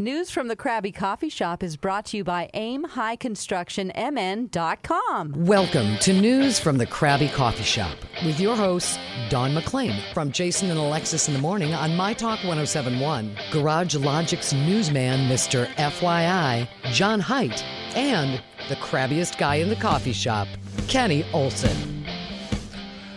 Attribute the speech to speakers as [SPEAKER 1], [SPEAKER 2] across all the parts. [SPEAKER 1] News from the Krabby Coffee Shop is brought to you by Aim High Construction MN.com.
[SPEAKER 2] Welcome to News from the Krabby Coffee Shop with your hosts, Don McClain from Jason and Alexis in the Morning on My Talk 1071, Garage Logic's newsman, Mr. FYI, John Height, and the crabbiest guy in the coffee shop, Kenny Olson.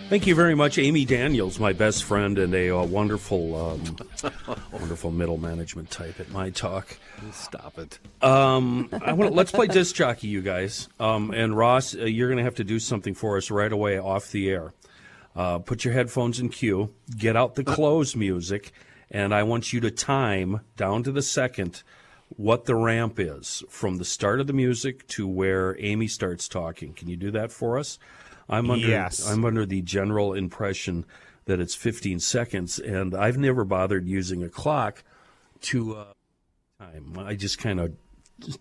[SPEAKER 3] Thank you very much, Amy Daniels, my best friend and a uh, wonderful, um, wonderful middle management type at my talk.
[SPEAKER 4] Stop it.
[SPEAKER 3] Um, I want let's play disc jockey, you guys. Um, and Ross, uh, you're going to have to do something for us right away off the air. Uh, put your headphones in queue. Get out the close music, and I want you to time down to the second what the ramp is from the start of the music to where Amy starts talking. Can you do that for us? I'm under
[SPEAKER 4] Yes.
[SPEAKER 3] I'm under the general impression that it's 15 seconds, and I've never bothered using a clock to uh, time. I just kind of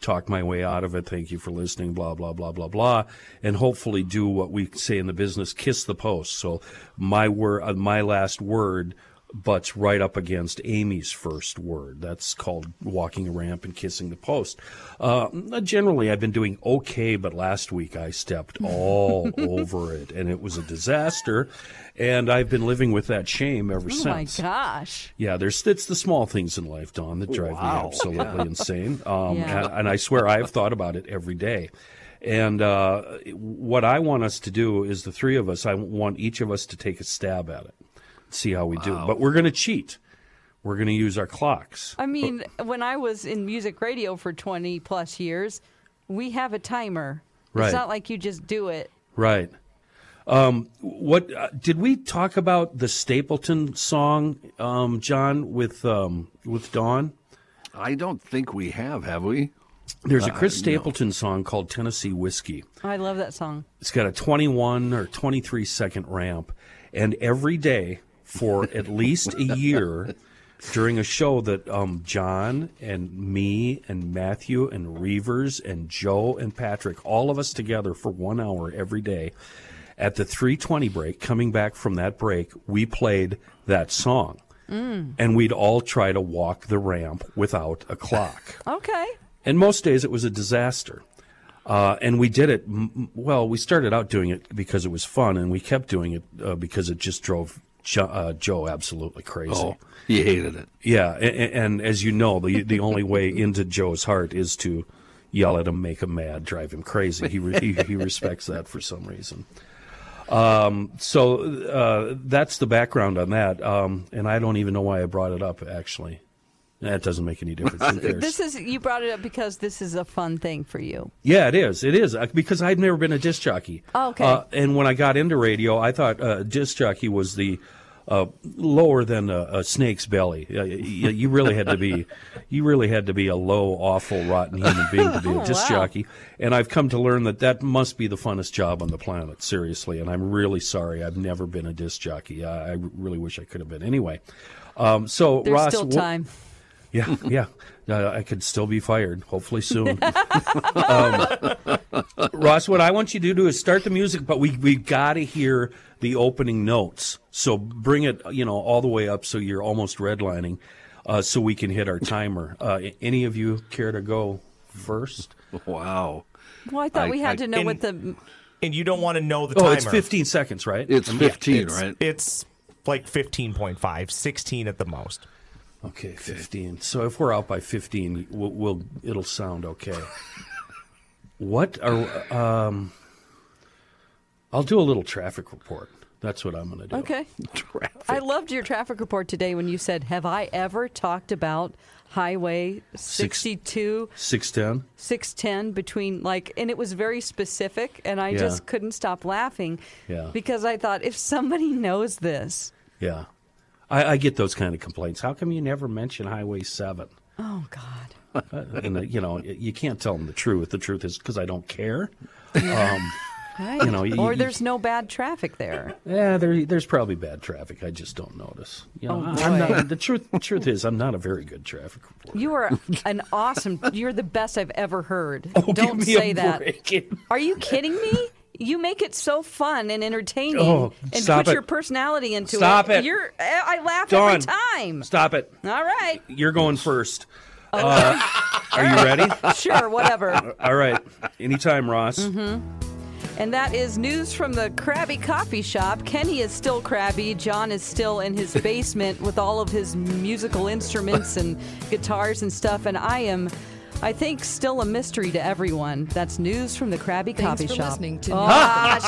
[SPEAKER 3] talk my way out of it. Thank you for listening. Blah blah blah blah blah, and hopefully do what we say in the business: kiss the post. So my word, uh, my last word. Butts right up against Amy's first word. That's called walking a ramp and kissing the post. Uh, generally, I've been doing okay, but last week I stepped all over it and it was a disaster. And I've been living with that shame ever
[SPEAKER 1] Oh my
[SPEAKER 3] since.
[SPEAKER 1] gosh.
[SPEAKER 3] Yeah, there's it's the small things in life, Don, that drive me
[SPEAKER 4] Wow.
[SPEAKER 3] absolutely insane. Um,
[SPEAKER 1] Yeah.
[SPEAKER 3] and, and I swear I have thought about it every day. And uh, what I want us to do is the three of us. I want each of us to take a stab at it, see how we do. But we're going to cheat. We're going to use our clocks.
[SPEAKER 1] I mean, when I was in music radio for 20 plus years, we have a timer.
[SPEAKER 3] Right.
[SPEAKER 1] It's not like you just do it.
[SPEAKER 3] Right. Um, what uh, did we talk about the Stapleton song, um, John, with um, with Don?
[SPEAKER 4] I don't think we have, have we?
[SPEAKER 3] There's
[SPEAKER 1] Uh,
[SPEAKER 3] a Chris Stapleton song called Tennessee Whiskey.
[SPEAKER 1] I love that song.
[SPEAKER 3] It's got a 21 or 23 second ramp. And every day for at least a year during a show that um, John and me and Matthew and Reavers and Joe and Patrick, all of us together for one hour every day at the 320 break, coming back from that break, we played that song. And we'd all try to walk the ramp without a clock.
[SPEAKER 1] Okay.
[SPEAKER 3] And most days it was a disaster. Uh, and we did it, m- m- well, we started out doing it because it was fun, and we kept doing it uh, because it just drove jo- uh, Joe absolutely crazy.
[SPEAKER 4] Oh, you hated it.
[SPEAKER 3] Yeah, and, and as you know, the the only way into Joe's heart is to yell at him, make him mad, drive him crazy. He re- he, he respects that for some reason. Um, so uh, that's the background on that, um, and I don't even know why I brought it up. Actually, that doesn't make any difference. Who cares?
[SPEAKER 1] This is, you brought it up because this is a fun thing for you.
[SPEAKER 3] Yeah, it is. It is Uh, because I'd never been a disc jockey.
[SPEAKER 1] Oh, Okay.
[SPEAKER 3] Uh, and when I got into radio, I thought uh, disc jockey was the uh, lower than a, a snake's belly. Uh, you, you really had to be, you really had to be a low, awful, rotten human being to be a disc
[SPEAKER 1] Oh, wow.
[SPEAKER 3] jockey. And I've come to learn that that must be the funnest job on the planet. Seriously, and I'm really sorry I've never been a disc jockey. I, I really wish I could have been. Anyway, um, so
[SPEAKER 1] There's
[SPEAKER 3] Ross,
[SPEAKER 1] still
[SPEAKER 3] wh-
[SPEAKER 1] time.
[SPEAKER 3] yeah, yeah. Uh, I could still be fired, hopefully soon. um, Ross, what I want you to do is start the music, but we we got to hear the opening notes. So bring it, you know, all the way up, so you're almost redlining, uh, so we can hit our timer. Uh, a- any of you care to go first?
[SPEAKER 4] Wow.
[SPEAKER 1] Well, I thought
[SPEAKER 4] I-
[SPEAKER 1] we had
[SPEAKER 4] I-
[SPEAKER 1] to know
[SPEAKER 5] in-
[SPEAKER 1] what the.
[SPEAKER 5] and you don't want to know the
[SPEAKER 3] Oh,
[SPEAKER 5] timer.
[SPEAKER 3] it's 15 seconds, right?
[SPEAKER 4] It's 15,
[SPEAKER 5] It's,
[SPEAKER 4] right?
[SPEAKER 5] it's like 15.5, 16 at the most.
[SPEAKER 3] Okay, 15. So if we're out by 15, we'll, we'll it'll sound okay. what are um I'll do a little traffic report. That's what I'm going to do.
[SPEAKER 1] Okay.
[SPEAKER 4] Traffic.
[SPEAKER 1] I loved your traffic report today when you said, Have I ever talked about Highway 62,
[SPEAKER 3] 610.
[SPEAKER 1] 610 between like, and it was very specific, and I
[SPEAKER 3] Yeah.
[SPEAKER 1] just couldn't stop laughing
[SPEAKER 3] Yeah.
[SPEAKER 1] because I thought, if somebody knows this,
[SPEAKER 3] Yeah. I, I get those kind of complaints. How come you never mention Highway 7?
[SPEAKER 1] oh God.
[SPEAKER 3] and, uh, you know, you can't tell them the truth. The truth is because I don't care.
[SPEAKER 1] Right.
[SPEAKER 3] You know, you-
[SPEAKER 1] or
[SPEAKER 3] you-
[SPEAKER 1] there's no bad traffic there.
[SPEAKER 3] Yeah, Eh, there, there's probably bad traffic. I just don't notice. You know,
[SPEAKER 1] Oh,
[SPEAKER 3] I- I'm not, the truth. The truth is, I'm not a very good traffic reporter.
[SPEAKER 1] You are an awesome. You're the best I've ever heard.
[SPEAKER 3] Oh, give
[SPEAKER 1] Don't
[SPEAKER 3] me a
[SPEAKER 1] say that.
[SPEAKER 3] break.
[SPEAKER 1] Are you kidding me? You make it so fun and entertaining,
[SPEAKER 3] Oh,
[SPEAKER 1] and
[SPEAKER 3] stop
[SPEAKER 1] put
[SPEAKER 3] it.
[SPEAKER 1] your personality into
[SPEAKER 3] Stop it.
[SPEAKER 1] You're. I I laugh
[SPEAKER 3] Dawn,
[SPEAKER 1] every time.
[SPEAKER 3] Stop it.
[SPEAKER 1] All right,
[SPEAKER 3] You're going first. Uh, are you ready?
[SPEAKER 1] sure, whatever.
[SPEAKER 3] All right. Anytime, Ross.
[SPEAKER 1] And that is news from the Krabby Coffee Shop. Kenny is still crabby. John is still in his basement with all of his musical instruments and guitars and stuff. And I am, I think, still a mystery to everyone. That's news from the Krabby
[SPEAKER 2] Thanks
[SPEAKER 1] Coffee
[SPEAKER 2] for
[SPEAKER 1] Shop.
[SPEAKER 2] listening to
[SPEAKER 1] Ah,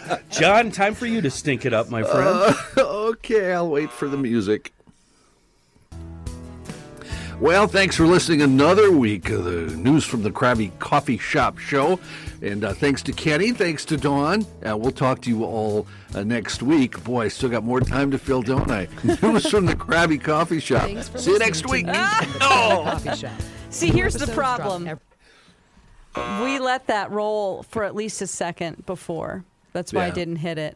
[SPEAKER 1] shoot.
[SPEAKER 3] John, time for you to stink it up, my friend.
[SPEAKER 4] okay, I'll wait for the music. Well, thanks for listening another week of the News from the Krabby Coffee Shop show. And uh, thanks to Kenny, thanks to Dawn. Uh, we'll talk to you all uh, next week. Boy, I still got more time to fill, don't I? News from the Krabby Coffee Shop.
[SPEAKER 2] Thanks for
[SPEAKER 4] See you
[SPEAKER 2] listening
[SPEAKER 4] next
[SPEAKER 2] to
[SPEAKER 4] week.
[SPEAKER 2] News from the Krabby Coffee Shop.
[SPEAKER 1] See,
[SPEAKER 2] New
[SPEAKER 1] here's the
[SPEAKER 2] episodes drop
[SPEAKER 1] problem.
[SPEAKER 2] every-
[SPEAKER 1] We let that roll for at least a second before. That's why I
[SPEAKER 4] Yeah.
[SPEAKER 1] didn't hit it.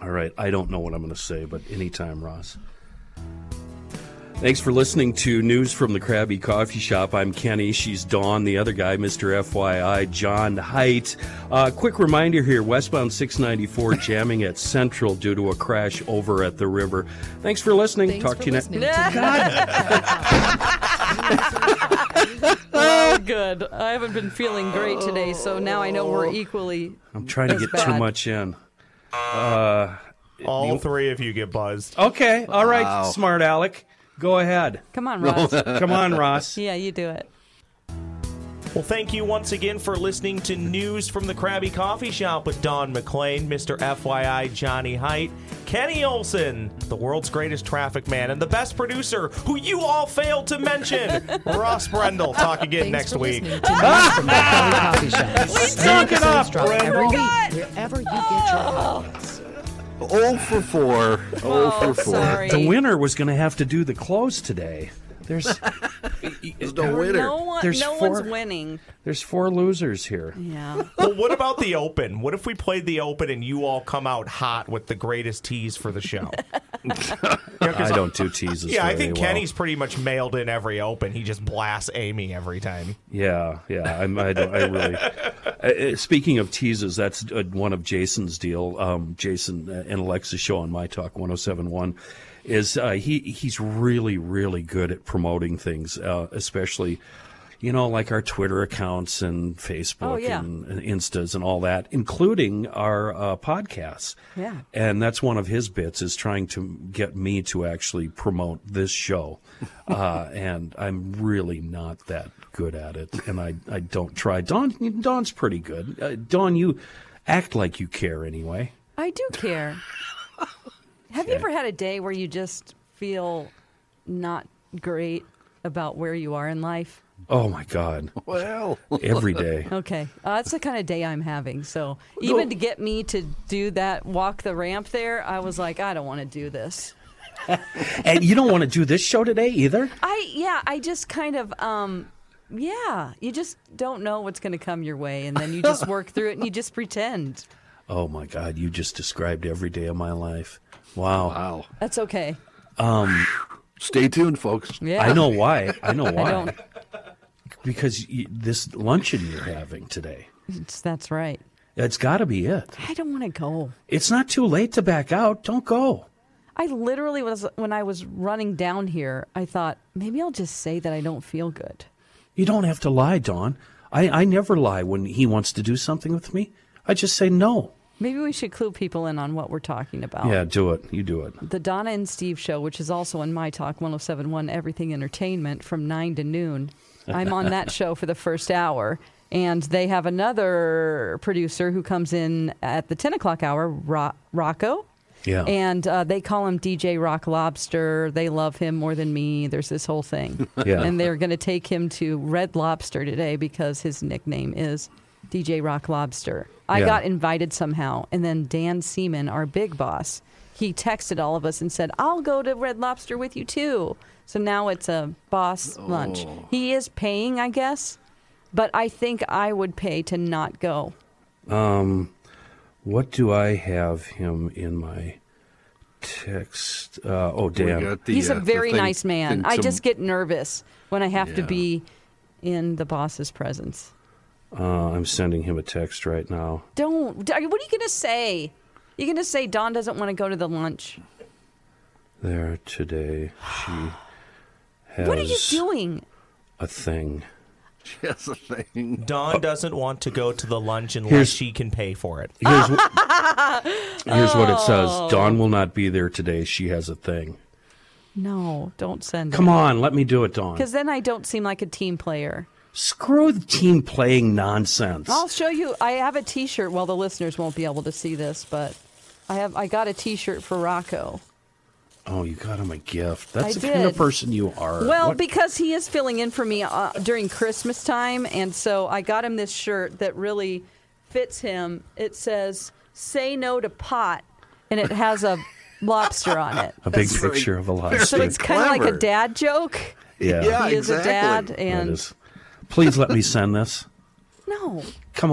[SPEAKER 3] All right. I don't know what I'm going to say, but anytime, Ross. Thanks for listening to News from the Krabby Coffee Shop. I'm Kenny. She's Dawn. The other guy, Mr. FYI, John Height. Uh, quick reminder here westbound 694 jamming at Central due to a crash over at the river. Thanks for listening.
[SPEAKER 2] Thanks
[SPEAKER 3] Talk
[SPEAKER 2] for
[SPEAKER 3] to you next
[SPEAKER 2] listening to God.
[SPEAKER 1] Well, Oh, good. I haven't been feeling great today, so now I know we're equally.
[SPEAKER 3] I'm trying to
[SPEAKER 1] That's
[SPEAKER 3] get too
[SPEAKER 1] bad.
[SPEAKER 3] much in.
[SPEAKER 5] All three of you get buzzed.
[SPEAKER 3] Okay. All right, smart Alec. Go ahead.
[SPEAKER 1] Come on, Ross.
[SPEAKER 3] Come on, Ross.
[SPEAKER 1] yeah, you do it.
[SPEAKER 5] Well, thank you once again for listening to News from the Krabby Coffee Shop with Don McLean, Mr. FYI, Johnny Height, Kenny Olson, the world's greatest traffic man, and the best producer, who you all failed to mention, Ross Brendel. Talk again
[SPEAKER 2] Thanks
[SPEAKER 5] next
[SPEAKER 2] for
[SPEAKER 5] week.
[SPEAKER 2] listening to News from the Krabby Coffee Shop.
[SPEAKER 3] Suck it up,
[SPEAKER 2] Drop every
[SPEAKER 3] Brendel.
[SPEAKER 2] week, wherever you get your podcasts.
[SPEAKER 4] Oh for four. Oh for four.
[SPEAKER 1] Sorry.
[SPEAKER 3] The winner was going to have to do the close today. There's
[SPEAKER 4] There's no winner.
[SPEAKER 1] No, one,
[SPEAKER 3] There's
[SPEAKER 1] no
[SPEAKER 3] four-
[SPEAKER 1] one's winning.
[SPEAKER 3] there's four losers here.
[SPEAKER 1] Yeah.
[SPEAKER 5] well, what about the open? What if we played the open and you all come out hot with the greatest tease for the show?
[SPEAKER 3] I don't do teases.
[SPEAKER 5] yeah, I
[SPEAKER 3] very
[SPEAKER 5] think
[SPEAKER 3] well.
[SPEAKER 5] Kenny's pretty much mailed in every open. He just blasts Amy every time.
[SPEAKER 3] Yeah, yeah. I'm, I, don't, I really. Uh, uh, speaking of teases, that's uh, one of Jason's deal. Um, Jason and Alexa's show on My Talk 1071 is uh, he he's really really good at promoting things, uh, especially you know like our Twitter accounts and Facebook
[SPEAKER 1] Oh, yeah.
[SPEAKER 3] and, and Instas and all that, including our uh, podcasts.
[SPEAKER 1] Yeah.
[SPEAKER 3] and that's one of his bits is trying to get me to actually promote this show uh, and i'm really not that good at it and i, I don't try don don's pretty good uh, don you act like you care anyway
[SPEAKER 1] I do care. Have you ever had a day where you just feel not great about where you are in life?
[SPEAKER 3] oh my god
[SPEAKER 4] Well.
[SPEAKER 3] every day
[SPEAKER 1] Okay, uh, that's the kind of day I'm having. So even to get me to do that, walk the ramp there, I was like, I don't want to do this.
[SPEAKER 3] and you don't want to do this show today either
[SPEAKER 1] I yeah, I just kind of um, yeah, you just don't know what's going to come your way, and then you just work through it and you just pretend.
[SPEAKER 3] oh my god you just described every day of my life wow,
[SPEAKER 4] Wow.
[SPEAKER 1] That's okay.
[SPEAKER 4] Stay tuned, folks.
[SPEAKER 1] Yeah,
[SPEAKER 3] i know why i know
[SPEAKER 1] I
[SPEAKER 3] why
[SPEAKER 1] don't.
[SPEAKER 3] because you, this luncheon you're having today
[SPEAKER 1] it's- that's right.
[SPEAKER 3] that's got to be it
[SPEAKER 1] I don't want to go.
[SPEAKER 3] It's not too late to back out. Don't go.
[SPEAKER 1] I literally was when I was running down here. I thought maybe I'll just say that I don't feel good.
[SPEAKER 3] You don't have to lie, Don. I, I never lie when he wants to do something with me. I just say no.
[SPEAKER 1] Maybe we should clue people in on what we're talking about.
[SPEAKER 3] Yeah, do it. You do it.
[SPEAKER 1] The Donna and Steve show, which is also on My Talk 1071 Everything Entertainment from 9 to noon. I'm on that show for the first hour. And they have another producer who comes in at the 10 o'clock hour, Ro- Rocco.
[SPEAKER 3] Yeah.
[SPEAKER 1] And uh, they call him DJ Rock Lobster. They love him more than me. There's this whole thing.
[SPEAKER 3] Yeah.
[SPEAKER 1] And they're going to take him to Red Lobster today because his nickname is DJ Rock Lobster. I
[SPEAKER 3] Yeah.
[SPEAKER 1] got invited somehow. And then Dan Seaman, our big boss, he texted all of us and said, I'll go to Red Lobster with you too. So now it's a boss lunch.
[SPEAKER 3] Oh.
[SPEAKER 1] He is paying, I guess, but I think I would pay to not go.
[SPEAKER 3] What do I have him in my text? Uh, oh,
[SPEAKER 4] We
[SPEAKER 3] Dan.
[SPEAKER 4] got the,
[SPEAKER 1] He's
[SPEAKER 4] uh,
[SPEAKER 1] a
[SPEAKER 4] the
[SPEAKER 1] very
[SPEAKER 4] thing-
[SPEAKER 1] nice man.
[SPEAKER 4] thing
[SPEAKER 1] I
[SPEAKER 4] some-
[SPEAKER 1] just get nervous when I have to
[SPEAKER 4] Yeah.
[SPEAKER 1] be in the boss's presence.
[SPEAKER 3] Uh, I'm sending him a text right now.
[SPEAKER 1] Don't. What are you going to say? You're going to say Don doesn't want to go to the lunch.
[SPEAKER 3] There today, she has
[SPEAKER 1] What are you doing?
[SPEAKER 3] a thing.
[SPEAKER 4] That's a thing.
[SPEAKER 5] Dawn doesn't want to go to the lunch unless
[SPEAKER 3] Here's-
[SPEAKER 5] she can pay for it.
[SPEAKER 3] Here's, wh- here's what it says
[SPEAKER 1] Oh.
[SPEAKER 3] Dawn will not be there today. She has a thing.
[SPEAKER 1] No, don't send
[SPEAKER 3] Come on, let me do it, Dawn.
[SPEAKER 1] Because then I don't seem like a team player.
[SPEAKER 3] Screw the team playing nonsense.
[SPEAKER 1] I'll show you. I have a T-shirt. Well, the listeners won't be able to see this, but I have. I got a T-shirt for Rocco.
[SPEAKER 3] Oh, you got him a gift. That's
[SPEAKER 1] I
[SPEAKER 3] the kind of
[SPEAKER 1] did.
[SPEAKER 3] person you are.
[SPEAKER 1] Well,
[SPEAKER 3] What-
[SPEAKER 1] because he is filling in for me uh, during Christmas time, and so I got him this shirt that really fits him. It says "Say No to Pot," and it has a lobster on it.
[SPEAKER 3] a big
[SPEAKER 4] That's very-
[SPEAKER 3] picture of a
[SPEAKER 4] very-
[SPEAKER 3] lobster.
[SPEAKER 1] So it's kind of like a
[SPEAKER 4] clever.
[SPEAKER 1] dad joke.
[SPEAKER 3] yeah,
[SPEAKER 4] Yeah,
[SPEAKER 3] that
[SPEAKER 1] he is
[SPEAKER 4] exactly.
[SPEAKER 1] a dad, and
[SPEAKER 3] is. Please let me send this.
[SPEAKER 1] no,
[SPEAKER 3] Come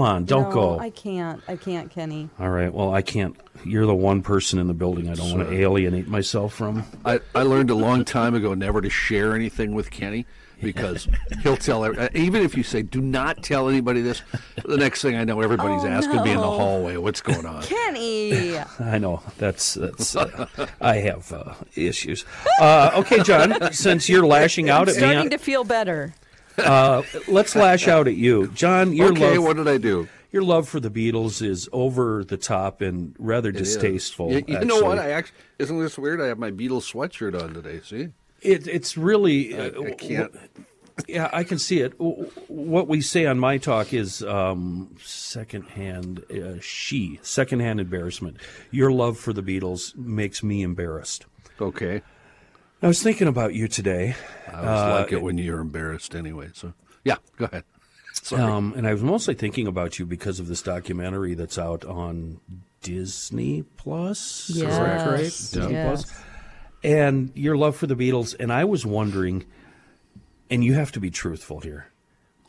[SPEAKER 3] on, don't
[SPEAKER 1] no,
[SPEAKER 3] go.
[SPEAKER 1] I can't. I can't, Kenny.
[SPEAKER 3] All right. Well, I can't. You're the one person in the building I don't want to alienate myself from.
[SPEAKER 4] I, I learned a long time ago never to share anything with Kenny because he'll tell every, uh, even if you say do not tell anybody this the next thing I know everybody's
[SPEAKER 1] Oh,
[SPEAKER 4] asking me in the
[SPEAKER 1] no.
[SPEAKER 4] hallway what's going on
[SPEAKER 1] Kenny.
[SPEAKER 3] I know that's that's. Uh, I have uh, issues. Uh, okay, John. since you're lashing out at me,
[SPEAKER 1] starting
[SPEAKER 3] on-
[SPEAKER 4] uh,
[SPEAKER 1] to feel better.
[SPEAKER 3] let's lash out at you, John. Your
[SPEAKER 4] okay
[SPEAKER 3] love,
[SPEAKER 4] what did I do
[SPEAKER 3] your love for the Beatles is over the top and rather distasteful.
[SPEAKER 4] you, you know what
[SPEAKER 3] actually.
[SPEAKER 4] I actually isn't this weird I have my Beatles sweatshirt on today see
[SPEAKER 3] It, it's really. uh,
[SPEAKER 4] I
[SPEAKER 3] w-
[SPEAKER 4] can't
[SPEAKER 3] Yeah, I can see it. W- w- What we say on my talk is um, secondhand, uh, she, secondhand embarrassment. Your love for the Beatles makes me embarrassed.
[SPEAKER 4] okay
[SPEAKER 3] I was thinking about you today,
[SPEAKER 4] I always like it when you're embarrassed anyway so yeah go ahead sorry
[SPEAKER 3] um, and I was mostly thinking about you because of this documentary that's out on Disney Plus. Is that correct?
[SPEAKER 1] Yes,
[SPEAKER 3] Disney
[SPEAKER 1] yes.
[SPEAKER 3] Plus. And your love for the Beatles. And I was wondering, and you have to be truthful here.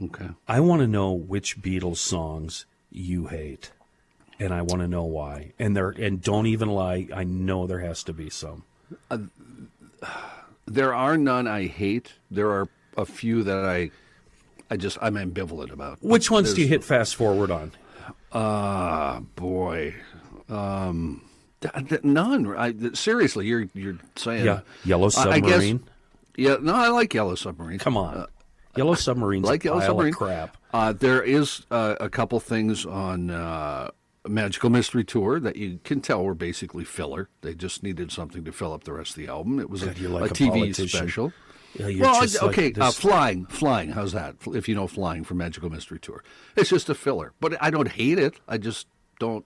[SPEAKER 4] okay
[SPEAKER 3] I want to know which Beatles songs you hate, and I want to know why. And there, and don't even lie. I know there has to be some.
[SPEAKER 4] there are none I hate there are a few that I I just I'm ambivalent about
[SPEAKER 3] Which ones do you hit fast forward on?
[SPEAKER 4] Ah, boy. Um, th- th- none. I, th- seriously, you're you're saying
[SPEAKER 3] Yeah, Yellow
[SPEAKER 4] I- I guess-
[SPEAKER 3] Submarine.
[SPEAKER 4] yeah, no, I like Yellow Submarine.
[SPEAKER 3] Come on, Yellow Submarine's
[SPEAKER 4] Uh, like
[SPEAKER 3] a
[SPEAKER 4] Yellow
[SPEAKER 3] pile
[SPEAKER 4] Submarine.
[SPEAKER 3] of crap.
[SPEAKER 4] Uh, there is uh, a couple things on uh, Magical Mystery Tour that you can tell were basically filler. They just needed something to fill up the rest of the album. It was a,
[SPEAKER 3] God, you're like a
[SPEAKER 4] TV
[SPEAKER 3] politician.
[SPEAKER 4] special.
[SPEAKER 3] Yeah, you're
[SPEAKER 4] Well,
[SPEAKER 3] just
[SPEAKER 4] I-
[SPEAKER 3] like
[SPEAKER 4] okay, uh,
[SPEAKER 3] this-
[SPEAKER 4] flying, flying. How's that? F- If you know flying from Magical Mystery Tour, it's just a filler. But I don't hate it. I just don't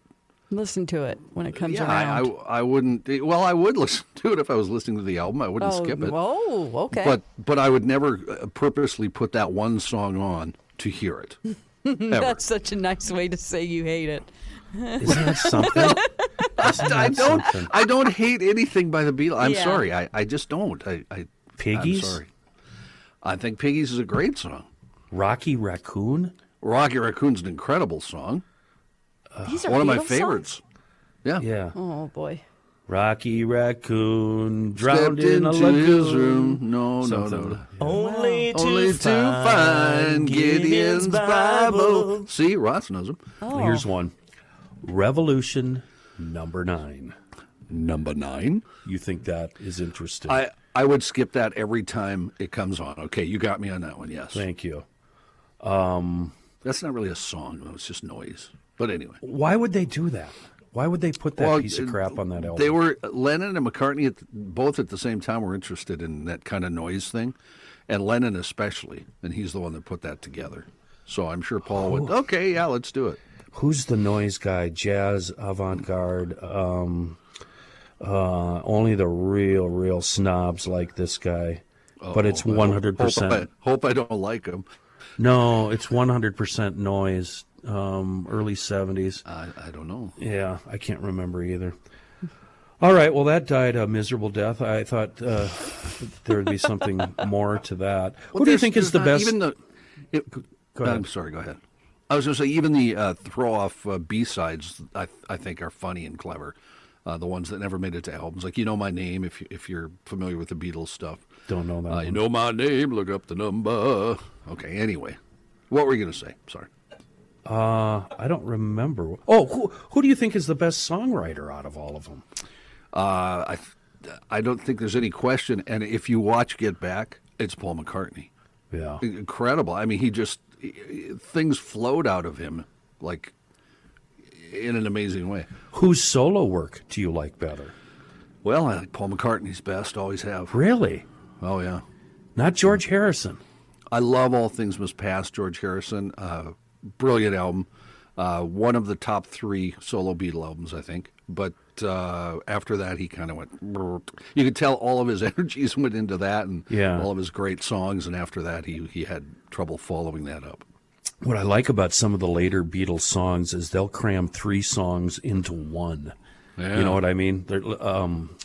[SPEAKER 1] Listen to it when it comes
[SPEAKER 4] yeah, I,
[SPEAKER 1] around.
[SPEAKER 4] I, I wouldn't. Well, I would listen to it if I was listening to the album. I wouldn't
[SPEAKER 1] oh,
[SPEAKER 4] skip it.
[SPEAKER 1] whoa, okay.
[SPEAKER 4] But but I would never uh, purposely put that one song on to hear it. Ever.
[SPEAKER 1] That's such a nice way to say you hate it.
[SPEAKER 3] Isn't that something? Isn't
[SPEAKER 4] I
[SPEAKER 3] that
[SPEAKER 4] don't.
[SPEAKER 3] something?
[SPEAKER 4] I don't hate anything by the Beatles. I'm
[SPEAKER 1] Yeah.
[SPEAKER 4] sorry. I, I just don't. I, I
[SPEAKER 3] Piggies?
[SPEAKER 4] I'm sorry. I think Piggies is a great song.
[SPEAKER 3] Rocky Raccoon.
[SPEAKER 4] Rocky Raccoon's an incredible song.
[SPEAKER 1] These are
[SPEAKER 4] Uh, One of
[SPEAKER 1] Beatles
[SPEAKER 4] my
[SPEAKER 1] songs?
[SPEAKER 4] favorites. Yeah.
[SPEAKER 3] Yeah,
[SPEAKER 1] Oh boy.
[SPEAKER 3] Rocky Raccoon drowned
[SPEAKER 4] Stepped
[SPEAKER 3] in a
[SPEAKER 4] into his room.
[SPEAKER 3] lagoon.
[SPEAKER 4] No, no, no,
[SPEAKER 3] Something.
[SPEAKER 4] no.
[SPEAKER 5] Only, to,
[SPEAKER 4] Only to find Gideon's Bible.
[SPEAKER 5] Bible.
[SPEAKER 4] See, Ross knows him.
[SPEAKER 3] Here's one. Revolution number nine.
[SPEAKER 4] Number nine.
[SPEAKER 3] You think that is interesting?
[SPEAKER 4] I, I would skip that every time it comes on. Okay, you got me on that one. Yes.
[SPEAKER 3] Thank you.
[SPEAKER 4] That's not really a song, though. It's just noise. But anyway,
[SPEAKER 3] Why would they do that? Why would they put that piece of crap on that album?
[SPEAKER 4] uh, They were Lennon and McCartney at, both at the same time were interested in that kind of noise thing, and Lennon especially, and he's the one that put that together. So I'm sure Paul
[SPEAKER 3] Oh.
[SPEAKER 4] went, okay, yeah, let's do it.
[SPEAKER 3] Who's the noise guy? Jazz, avant garde. Um, uh, only the real, real snobs like this guy. but it's
[SPEAKER 4] I hope-
[SPEAKER 3] one hundred
[SPEAKER 4] Hope,
[SPEAKER 3] percent.
[SPEAKER 4] I hope I don't like him.
[SPEAKER 3] No, it's one hundred percent noise. Um, early seventies.
[SPEAKER 4] I, I don't know.
[SPEAKER 3] Yeah, I can't remember either. All right, well, that died a miserable death. I thought uh, there would be something more to that. Who do you
[SPEAKER 4] there's-
[SPEAKER 3] think is
[SPEAKER 4] there's
[SPEAKER 3] the
[SPEAKER 4] not
[SPEAKER 3] best?
[SPEAKER 4] Even the, it- I'm
[SPEAKER 3] ahead.
[SPEAKER 4] sorry. Go ahead. I was going to say even the uh, throw off uh, B sides. I I think are funny and clever. Uh, the ones that never made it to albums, like you know my name, if you, if you're familiar with the Beatles stuff.
[SPEAKER 3] Don't know that
[SPEAKER 4] Uh, you
[SPEAKER 3] one.
[SPEAKER 4] know my name. Look up the number. Okay. Anyway, what were you going to say? Sorry.
[SPEAKER 3] I don't remember. Oh, who who do you think is the best songwriter out of all of them?
[SPEAKER 4] Uh, I th- I don't think there's any question. And if you watch Get Back, it's Paul McCartney.
[SPEAKER 3] Yeah,
[SPEAKER 4] incredible. I mean, he just things flowed out of him like in an amazing way.
[SPEAKER 3] whose solo work do you like better?
[SPEAKER 4] Well, I like Paul McCartney's best. Always have.
[SPEAKER 3] Really,
[SPEAKER 4] Oh yeah,
[SPEAKER 3] not George Harrison.
[SPEAKER 4] I love all things must pass. George Harrison, uh, brilliant album. Uh, one of the top three solo Beatle albums, I think. But uh, after that, he kind of went. brrrt. You could tell all of his energies went into that, and
[SPEAKER 3] Yeah.
[SPEAKER 4] all of his great songs. And after that, he he had trouble following that up.
[SPEAKER 3] What I like about some of the later Beatles songs is they'll cram three songs into one.
[SPEAKER 4] Yeah.
[SPEAKER 3] You know what I mean? They're, um,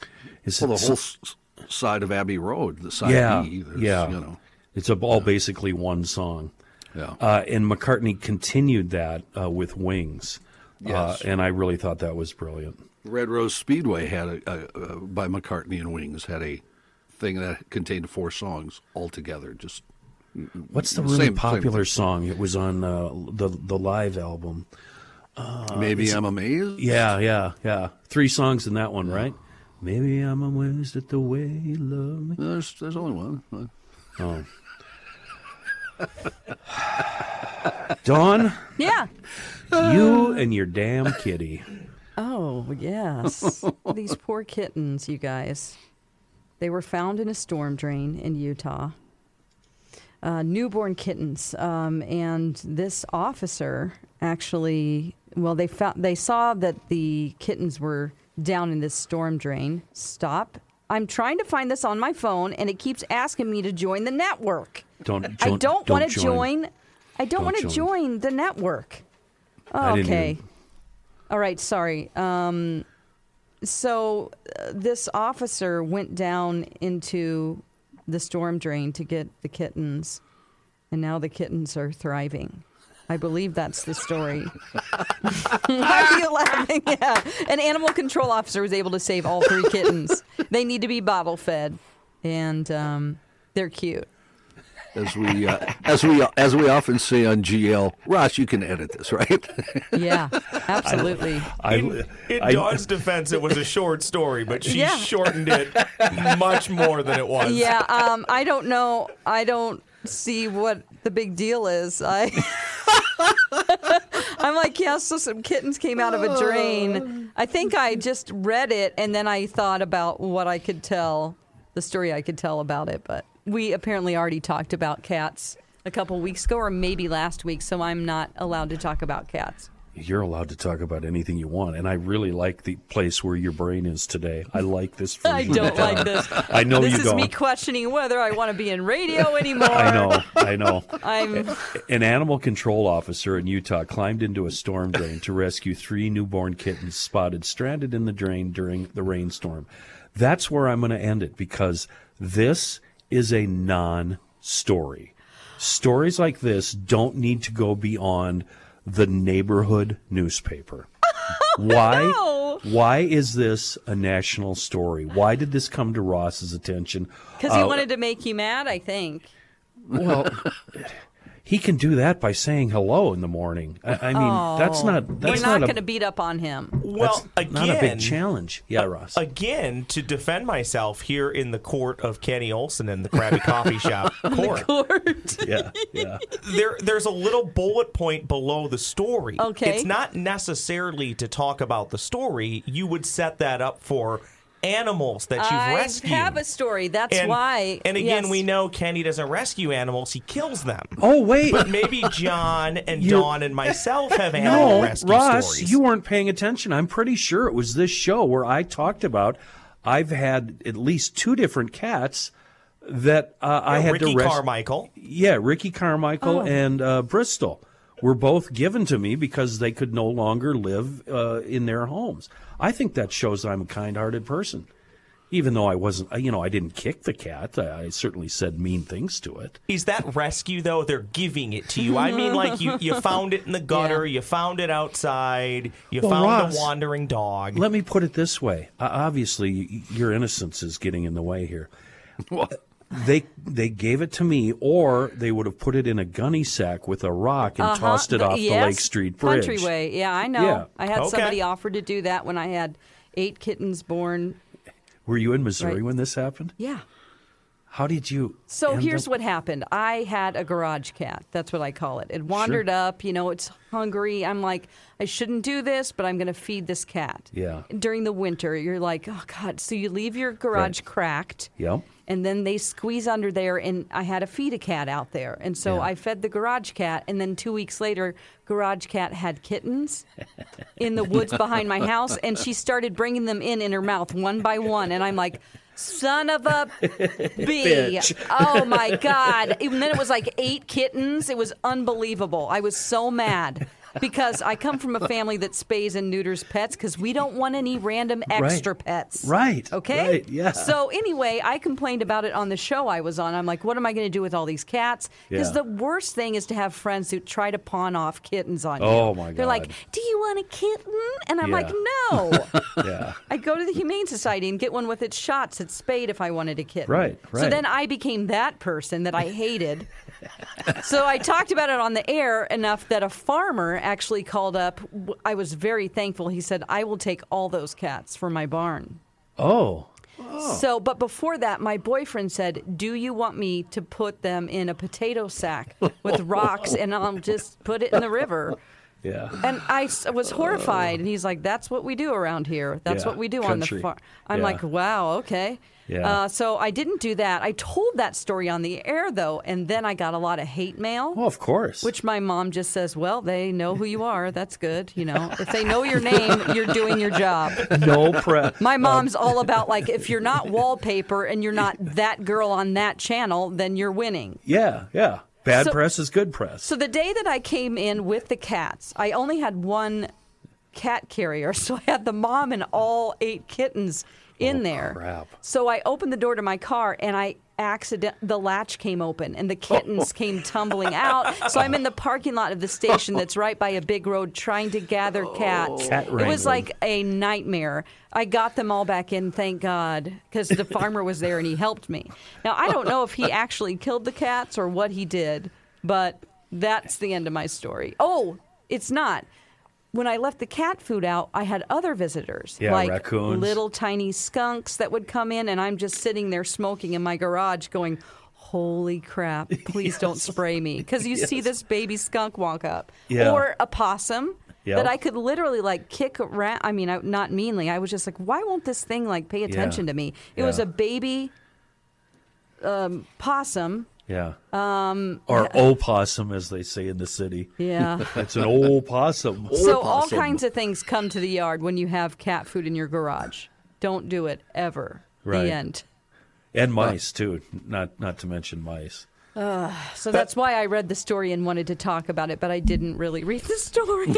[SPEAKER 3] is
[SPEAKER 4] Well,
[SPEAKER 3] it
[SPEAKER 4] the
[SPEAKER 3] s-
[SPEAKER 4] whole s- s- side of Abbey Road, the side
[SPEAKER 3] yeah,
[SPEAKER 4] B, there's,
[SPEAKER 3] yeah.
[SPEAKER 4] you know,
[SPEAKER 3] It's a, all basically one song.
[SPEAKER 4] yeah.
[SPEAKER 3] Uh, and McCartney continued that uh, with Wings.
[SPEAKER 4] Yes.
[SPEAKER 3] Uh, and I really thought that was brilliant.
[SPEAKER 4] Red Rose Speedway had a, a, a by McCartney and Wings had a thing that contained four songs altogether. Just
[SPEAKER 3] What's the
[SPEAKER 4] Same-
[SPEAKER 3] really
[SPEAKER 4] same
[SPEAKER 3] popular song? It was on uh, the the live album.
[SPEAKER 4] maybe I'm amazed.
[SPEAKER 3] Uh,
[SPEAKER 4] Uh,
[SPEAKER 3] Yeah, yeah, yeah. Three songs in that one, right? Maybe I'm amazed at the way you love me.
[SPEAKER 4] There's there's only one. Uh,
[SPEAKER 3] Oh. Dawn,
[SPEAKER 1] Yeah.
[SPEAKER 3] you and your damn kitty.
[SPEAKER 1] Oh, yes. These poor kittens, you guys. They were found in a storm drain in Utah. Uh, newborn kittens, um, and this officer actually, well, they found they saw that the kittens were down in this storm drain. Stop! I'm trying to find this on my phone, and it keeps asking me to join the network.
[SPEAKER 3] Don't,
[SPEAKER 1] I don't want to join. I don't
[SPEAKER 3] Don't
[SPEAKER 1] want to
[SPEAKER 3] join.
[SPEAKER 1] join the network.
[SPEAKER 3] I didn't
[SPEAKER 1] okay.
[SPEAKER 3] even-
[SPEAKER 1] All right. Sorry. Um, so uh, this officer went down into the storm drain to get the kittens, and now the kittens are thriving. I believe that's the story. Why are you laughing? Yeah. An animal control officer was able to save all three kittens. They need to be bottle fed, and um, they're cute.
[SPEAKER 4] as we uh, as we as we often say on GL, Ross, you can edit this, right?
[SPEAKER 1] Yeah, absolutely.
[SPEAKER 3] I,
[SPEAKER 5] In, in
[SPEAKER 3] I-
[SPEAKER 5] Dawn's defense, it was a short story, but she
[SPEAKER 1] Yeah.
[SPEAKER 5] shortened it much more than it was.
[SPEAKER 1] yeah, um, I don't know. I don't see what the big deal is. I. I'm like, yeah, so some kittens came out of a
[SPEAKER 3] Oh.
[SPEAKER 1] drain. I think I just read it and then I thought about what I could tell, the story I could tell about it. But we apparently already talked about cats a couple weeks ago or maybe last week, so I'm not allowed to talk about cats.
[SPEAKER 3] you're allowed to talk about anything you want, and I really like the place where your brain is today. I like this. Version
[SPEAKER 1] I
[SPEAKER 3] of
[SPEAKER 1] don't
[SPEAKER 3] Dawn.
[SPEAKER 1] like this.
[SPEAKER 3] I know
[SPEAKER 1] this
[SPEAKER 3] you
[SPEAKER 1] is
[SPEAKER 3] don't.
[SPEAKER 1] me questioning whether I want to be in radio anymore.
[SPEAKER 3] I know. I know.
[SPEAKER 1] I'm
[SPEAKER 3] An animal control officer in Utah climbed into a storm drain to rescue three newborn kittens spotted stranded in the drain during the rainstorm. That's where I'm going to end it because this is a non story. Stories like this don't need to go beyond the neighborhood newspaper. Why?
[SPEAKER 1] no.
[SPEAKER 3] Why is this a national story? Why did this come to Ross's attention?
[SPEAKER 1] because he wanted to make you mad. I think.
[SPEAKER 3] Well, He can do that by saying hello in the morning. I, I mean, that's
[SPEAKER 5] Oh.
[SPEAKER 3] not that's
[SPEAKER 1] We're not,
[SPEAKER 3] a-
[SPEAKER 1] going to beat up on him.
[SPEAKER 5] Well,
[SPEAKER 3] that's
[SPEAKER 5] again,
[SPEAKER 3] not a big challenge. Yeah, Ross.
[SPEAKER 5] Again, to defend myself here in the court of Kenny Olson and the Krabby Coffee Shop court,
[SPEAKER 3] yeah, yeah.
[SPEAKER 5] there there's a little bullet point below the story.
[SPEAKER 1] Okay.
[SPEAKER 5] It's not necessarily to talk about the story. You would set that up for animals that you've
[SPEAKER 1] I
[SPEAKER 5] rescued.
[SPEAKER 1] have a story. That's
[SPEAKER 5] and,
[SPEAKER 1] why.
[SPEAKER 5] And again,
[SPEAKER 1] yes.
[SPEAKER 5] we know Kenny doesn't rescue animals; he kills them.
[SPEAKER 3] Oh wait,
[SPEAKER 5] But maybe John and
[SPEAKER 3] You're-
[SPEAKER 5] Don and myself have animal
[SPEAKER 3] no,
[SPEAKER 5] rescue
[SPEAKER 3] Ross,
[SPEAKER 5] stories.
[SPEAKER 3] you weren't paying attention. I'm pretty sure it was this show where I talked about. I've had at least two different cats that uh, I had
[SPEAKER 5] Ricky
[SPEAKER 3] to rescue.
[SPEAKER 5] Carmichael.
[SPEAKER 3] Yeah, Ricky Carmichael
[SPEAKER 1] Oh.
[SPEAKER 3] and uh, Bristol were both given to me because they could no longer live uh, in their homes. I think that shows I'm a kind-hearted person, even though I wasn't. uh, You know, I didn't kick the cat. I, I certainly said mean things to it.
[SPEAKER 5] Is that rescue though? They're giving it to you. I mean, like you, you found it in the gutter, you found it outside, you
[SPEAKER 3] Well,
[SPEAKER 5] found
[SPEAKER 3] Ross,
[SPEAKER 5] a wandering dog.
[SPEAKER 3] Let me put it this way: O- obviously, y- your innocence is getting in the way here. They they gave it to me, or they would have put it in a gunny sack with a rock and tossed it
[SPEAKER 1] The-
[SPEAKER 3] off the
[SPEAKER 1] Uh-huh. yes,
[SPEAKER 3] Lake Street Bridge.
[SPEAKER 1] Countryway. Yeah, I know.
[SPEAKER 3] Yeah.
[SPEAKER 1] I had
[SPEAKER 5] Okay.
[SPEAKER 1] somebody offer to do that when I had eight kittens born.
[SPEAKER 3] Were you in Missouri
[SPEAKER 1] Right.
[SPEAKER 3] when this happened?
[SPEAKER 1] Yeah.
[SPEAKER 3] How did you?
[SPEAKER 1] So
[SPEAKER 3] end
[SPEAKER 1] here's
[SPEAKER 3] up-
[SPEAKER 1] what happened. I had a garage cat. That's what I call it. It wandered up. You know, it's hungry. I'm like, I shouldn't do this, but I'm going to feed this cat.
[SPEAKER 3] Yeah.
[SPEAKER 1] During the winter, you're like, oh God. So you leave your garage
[SPEAKER 3] Right.
[SPEAKER 1] cracked.
[SPEAKER 3] Yep.
[SPEAKER 1] And then they squeeze under there, and I had to feed a cat out there. And so
[SPEAKER 3] Yeah.
[SPEAKER 1] I fed the garage cat, and then two weeks later, garage cat had kittens in the woods behind my house, and she started bringing them in in her mouth one by one. And I'm like, son of a bee.
[SPEAKER 3] Bitch.
[SPEAKER 1] Oh my God. And then it was like eight kittens. It was unbelievable. I was so mad because I come from a family that spays and neuters pets because we don't want any random extra pets.
[SPEAKER 3] Right,
[SPEAKER 1] Okay.
[SPEAKER 3] right, yeah.
[SPEAKER 1] So anyway, I complained about it on the show I was on. I'm like, what am I going to do with all these cats? Because
[SPEAKER 3] Yeah.
[SPEAKER 1] the worst thing is to have friends who try to pawn off kittens on you.
[SPEAKER 3] Oh, my
[SPEAKER 1] They're like,
[SPEAKER 3] God.
[SPEAKER 1] do you want a kitten? And I'm like,
[SPEAKER 3] Yeah.
[SPEAKER 1] no.
[SPEAKER 3] Yeah.
[SPEAKER 1] I go to the Humane Society and get one with its shots, its spade if I wanted a kitten.
[SPEAKER 3] Right,
[SPEAKER 1] So
[SPEAKER 3] right.
[SPEAKER 1] then I became that person that I hated. so I talked about it on the air enough that a farmer actually called up. W- I was very thankful. He said, I will take all those cats for my barn.
[SPEAKER 3] Oh.
[SPEAKER 1] So, but before that, my boyfriend said, Do you want me to put them in a potato sack with rocks and I'll just put it in the river?
[SPEAKER 3] Yeah.
[SPEAKER 1] And I s- was horrified. And he's like, "That's what we do around here. That's
[SPEAKER 3] Uh, Yeah,
[SPEAKER 1] what we do on
[SPEAKER 3] country.
[SPEAKER 1] the farm." I'm
[SPEAKER 3] Yeah.
[SPEAKER 1] like, "Wow, okay."
[SPEAKER 3] Yeah.
[SPEAKER 1] Uh, so I didn't do that. I told that story on the air though, and then I got a lot of hate mail.
[SPEAKER 3] Well, of course.
[SPEAKER 1] Which my mom just says, "Well, they know who you are. That's good. You know, if they know your name, you're doing your job."
[SPEAKER 3] no prep.
[SPEAKER 1] My mom's all about like, if you're not wallpaper and you're not that girl on that channel, then you're winning.
[SPEAKER 3] yeah, yeah. Bad
[SPEAKER 1] So-
[SPEAKER 3] press is good press.
[SPEAKER 1] So the day that I came in with the cats, I only had one cat carrier, so I had the mom and all eight kittens in there.
[SPEAKER 3] crap.
[SPEAKER 1] So I opened the door to my car and I accident the latch came open and the kittens came tumbling out. So I'm in the parking lot of the station that's right by a big road trying to gather cats.
[SPEAKER 3] Cat
[SPEAKER 1] it was
[SPEAKER 3] wrangling.
[SPEAKER 1] like a nightmare. I got them all back in, thank God, because the farmer was there and he helped me. Now I don't know if he actually killed the cats or what he did, but that's the end of my story. Oh, it's not. When I left the cat food out, I had other visitors,
[SPEAKER 3] Yeah,
[SPEAKER 1] like
[SPEAKER 3] raccoons.
[SPEAKER 1] little tiny skunks that would come in, and I'm just sitting there smoking in my garage, going, "Holy crap! Please don't spray me," because you see this baby skunk walk up,
[SPEAKER 3] Yeah.
[SPEAKER 1] or a possum
[SPEAKER 3] Yeah.
[SPEAKER 1] that I could literally like kick around. I mean, I, not meanly. I was just like, why won't this thing like pay attention to me? It was
[SPEAKER 3] Yeah.
[SPEAKER 1] a baby um, possum.
[SPEAKER 3] yeah. Um, or opossum, as they say in the city.
[SPEAKER 1] Yeah.
[SPEAKER 3] It's an opossum.
[SPEAKER 1] so all kinds of things come to the yard when you have cat food in your garage. Don't do it ever.
[SPEAKER 3] Right.
[SPEAKER 1] The end.
[SPEAKER 3] and mice too. Not not to mention mice.
[SPEAKER 1] So that's why I read the story and wanted to talk about it, but I didn't really read the story.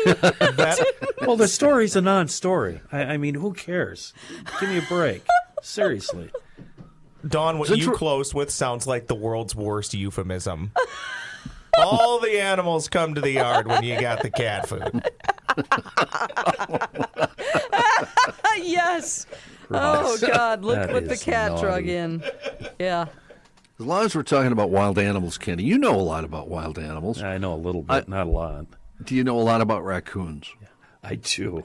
[SPEAKER 3] Well, the story's a non-story. I, I mean, who cares? Give me a break. Seriously.
[SPEAKER 5] Don, what
[SPEAKER 4] Since
[SPEAKER 5] you
[SPEAKER 4] we're-
[SPEAKER 5] close with sounds like the world's worst euphemism. All the animals come to the yard when you got the cat food.
[SPEAKER 1] yes.
[SPEAKER 3] Ross.
[SPEAKER 1] Oh God! Look
[SPEAKER 3] That
[SPEAKER 1] what the
[SPEAKER 3] is
[SPEAKER 1] cat drug
[SPEAKER 3] naughty.
[SPEAKER 1] in. Yeah.
[SPEAKER 4] As long as we're talking about wild animals, Kenny, you know a lot about wild animals.
[SPEAKER 3] I know a little bit, not a lot.
[SPEAKER 4] Do you know a lot about raccoons?
[SPEAKER 3] I do.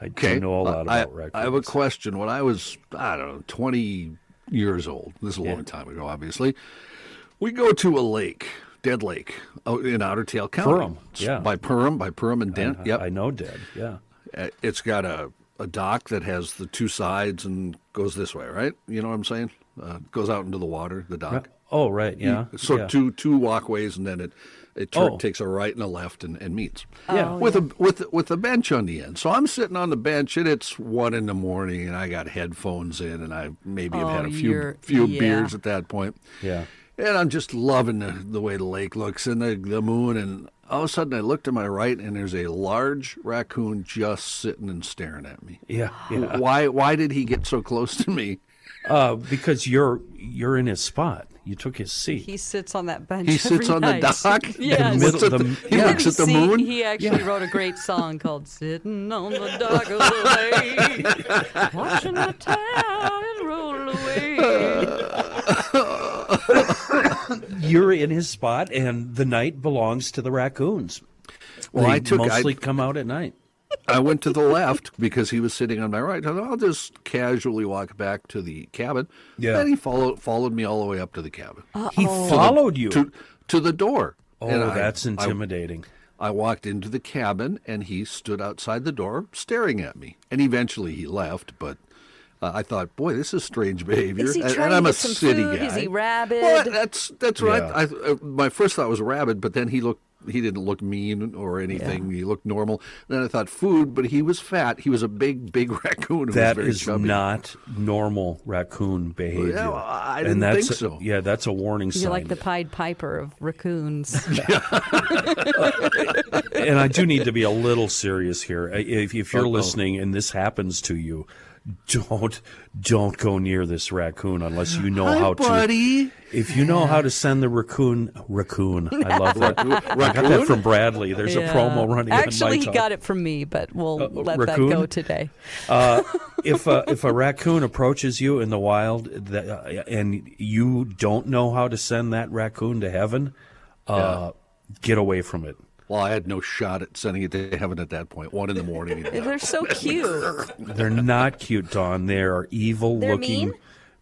[SPEAKER 3] I do know a lot
[SPEAKER 4] I,
[SPEAKER 3] about records.
[SPEAKER 4] I have a question. When I was, I don't know, 20 years old, this is a long time ago, obviously, we go to a lake, Dead Lake, out in Otter Tail County.
[SPEAKER 3] Perham,
[SPEAKER 4] It's
[SPEAKER 3] yeah.
[SPEAKER 4] By Perham, by Perham and Dent. yep.
[SPEAKER 3] I know Deb. Yeah.
[SPEAKER 4] Uh, It's got a, a dock that has the two sides and goes this way, right? You know what I'm saying? Uh, goes out into the water, the dock.
[SPEAKER 3] Oh, right. Yeah.
[SPEAKER 4] So
[SPEAKER 3] yeah.
[SPEAKER 4] two two walkways, and then it it tur-
[SPEAKER 3] Oh.
[SPEAKER 4] takes a right and a left and, and meets.
[SPEAKER 3] Yeah. Oh,
[SPEAKER 4] with a with with a bench on the end. So I'm sitting on the bench, and it's one in the morning, and I got headphones in, and I maybe have had
[SPEAKER 1] Oh,
[SPEAKER 4] a
[SPEAKER 1] you're-
[SPEAKER 4] few few
[SPEAKER 1] yeah.
[SPEAKER 4] beers at that point.
[SPEAKER 3] Yeah.
[SPEAKER 4] And I'm just loving the, the way the lake looks and the, the moon. And all of a sudden, I look to my right, and there's a large raccoon just sitting and staring at me.
[SPEAKER 3] Yeah. Yeah.
[SPEAKER 4] Why why did he get so close to me?
[SPEAKER 3] Uh, because you're you're in his spot. You took his seat.
[SPEAKER 1] He sits on that bench.
[SPEAKER 4] He
[SPEAKER 1] every
[SPEAKER 4] sits on the
[SPEAKER 1] night.
[SPEAKER 4] dock. and
[SPEAKER 1] Yes.
[SPEAKER 3] The
[SPEAKER 4] looks at
[SPEAKER 3] middle-
[SPEAKER 4] the-
[SPEAKER 3] the-
[SPEAKER 4] he
[SPEAKER 3] yeah.
[SPEAKER 4] looks at the
[SPEAKER 1] See,
[SPEAKER 4] moon.
[SPEAKER 1] He actually wrote a great song called "Sitting on the Dock of the Lake, watching the tide roll
[SPEAKER 4] Uh,
[SPEAKER 1] away."
[SPEAKER 3] You're in his spot, and the night belongs to the raccoons.
[SPEAKER 4] Well,
[SPEAKER 3] they
[SPEAKER 4] I took I-
[SPEAKER 3] mostly come out at night.
[SPEAKER 4] I went to the left because he was sitting on my right. I thought, I'll just casually walk back to the cabin.
[SPEAKER 3] Yeah.
[SPEAKER 4] Then he followed followed me all the way up to the cabin
[SPEAKER 3] He followed you.
[SPEAKER 4] to to the door.
[SPEAKER 3] oh,
[SPEAKER 4] And I-
[SPEAKER 3] that's
[SPEAKER 4] I-
[SPEAKER 3] intimidating.
[SPEAKER 4] I walked into the cabin and he stood outside the door staring at me. And eventually he left, but uh, I thought, boy, this is strange behavior.
[SPEAKER 1] Is he
[SPEAKER 4] and, and
[SPEAKER 1] trying to
[SPEAKER 4] I'm a
[SPEAKER 1] get some
[SPEAKER 4] city
[SPEAKER 1] food?
[SPEAKER 4] guy.
[SPEAKER 1] Is he rabid?
[SPEAKER 4] Well, that's that's what
[SPEAKER 3] Yeah.
[SPEAKER 4] I, I uh, my first thought was rabid, but then he looked he didn't look mean or anything. He looked normal. Then I thought food, but he was fat. He was a big big raccoon. Who
[SPEAKER 3] That
[SPEAKER 4] was very
[SPEAKER 3] is
[SPEAKER 4] chubby.
[SPEAKER 3] not normal raccoon behavior.
[SPEAKER 4] well, I
[SPEAKER 3] And
[SPEAKER 4] didn't
[SPEAKER 3] that's
[SPEAKER 4] think
[SPEAKER 3] a-
[SPEAKER 4] so.
[SPEAKER 3] Yeah, that's a warning sign.
[SPEAKER 1] You're like the Pied Piper of raccoons.
[SPEAKER 3] and I do need to be a little serious here. I- If, if you're listening and this happens to you, don't don't go near this raccoon unless you know
[SPEAKER 4] Hi,
[SPEAKER 3] how
[SPEAKER 4] buddy.
[SPEAKER 3] to. If you know how to send the raccoon, raccoon. I love that. I got that
[SPEAKER 4] Raccoon?
[SPEAKER 3] from Bradley. There's a promo running.
[SPEAKER 1] Actually,
[SPEAKER 3] on my
[SPEAKER 1] he got it from me, but we'll let
[SPEAKER 3] Uh, raccoon?
[SPEAKER 1] that go today.
[SPEAKER 3] Uh, if a, if a raccoon approaches you in the wild that, uh, and you don't know how to send that raccoon to heaven, uh, get away from it.
[SPEAKER 4] Well, I had no shot at sending it to heaven at that point. One in the morning.
[SPEAKER 1] They're so cute.
[SPEAKER 3] They're not cute, Don. They are evil
[SPEAKER 1] They're
[SPEAKER 3] looking.
[SPEAKER 1] mean?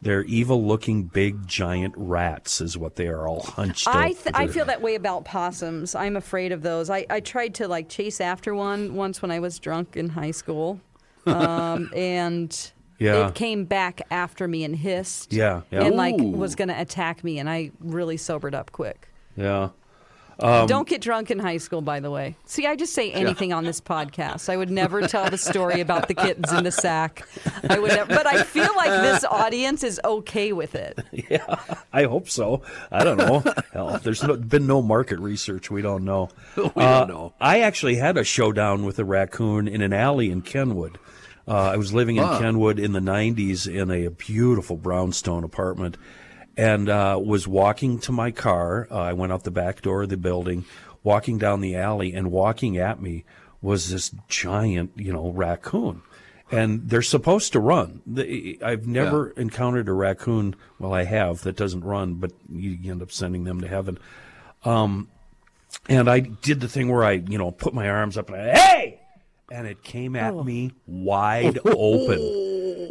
[SPEAKER 3] They're evil looking big giant rats, is what they are all hunched
[SPEAKER 1] I
[SPEAKER 3] up.
[SPEAKER 1] th- I feel that way about possums. I'm afraid of those. I, I tried to like chase after one once when I was drunk in high school, um, and
[SPEAKER 3] Yeah.
[SPEAKER 1] it came back after me and hissed.
[SPEAKER 3] Yeah, yeah.
[SPEAKER 1] and like
[SPEAKER 4] Ooh.
[SPEAKER 1] was going to attack me, and I really sobered up quick.
[SPEAKER 3] yeah. Um,
[SPEAKER 1] Don't get drunk in high school, by the way. See, I just say anything on this podcast. I would never tell the story about the kittens in the sack. I would, never, but I feel like this audience is okay with it.
[SPEAKER 3] I hope so. I don't know. Hell, there's no, been no market research. We don't know. We don't
[SPEAKER 4] know.
[SPEAKER 3] I actually had a showdown with a raccoon in an alley in Kenwood. Uh, I was living in Kenwood in the 90s in a beautiful brownstone apartment and uh, was walking to my car. Uh, I went out the back door of the building, walking down the alley, and walking at me was this giant, you know, raccoon and they're supposed to run. The- I've never encountered a raccoon. Well, I have that doesn't run, but you end up sending them to heaven. Um, and I did the thing where I, you know, put my arms up and I, hey, and it came at me wide open.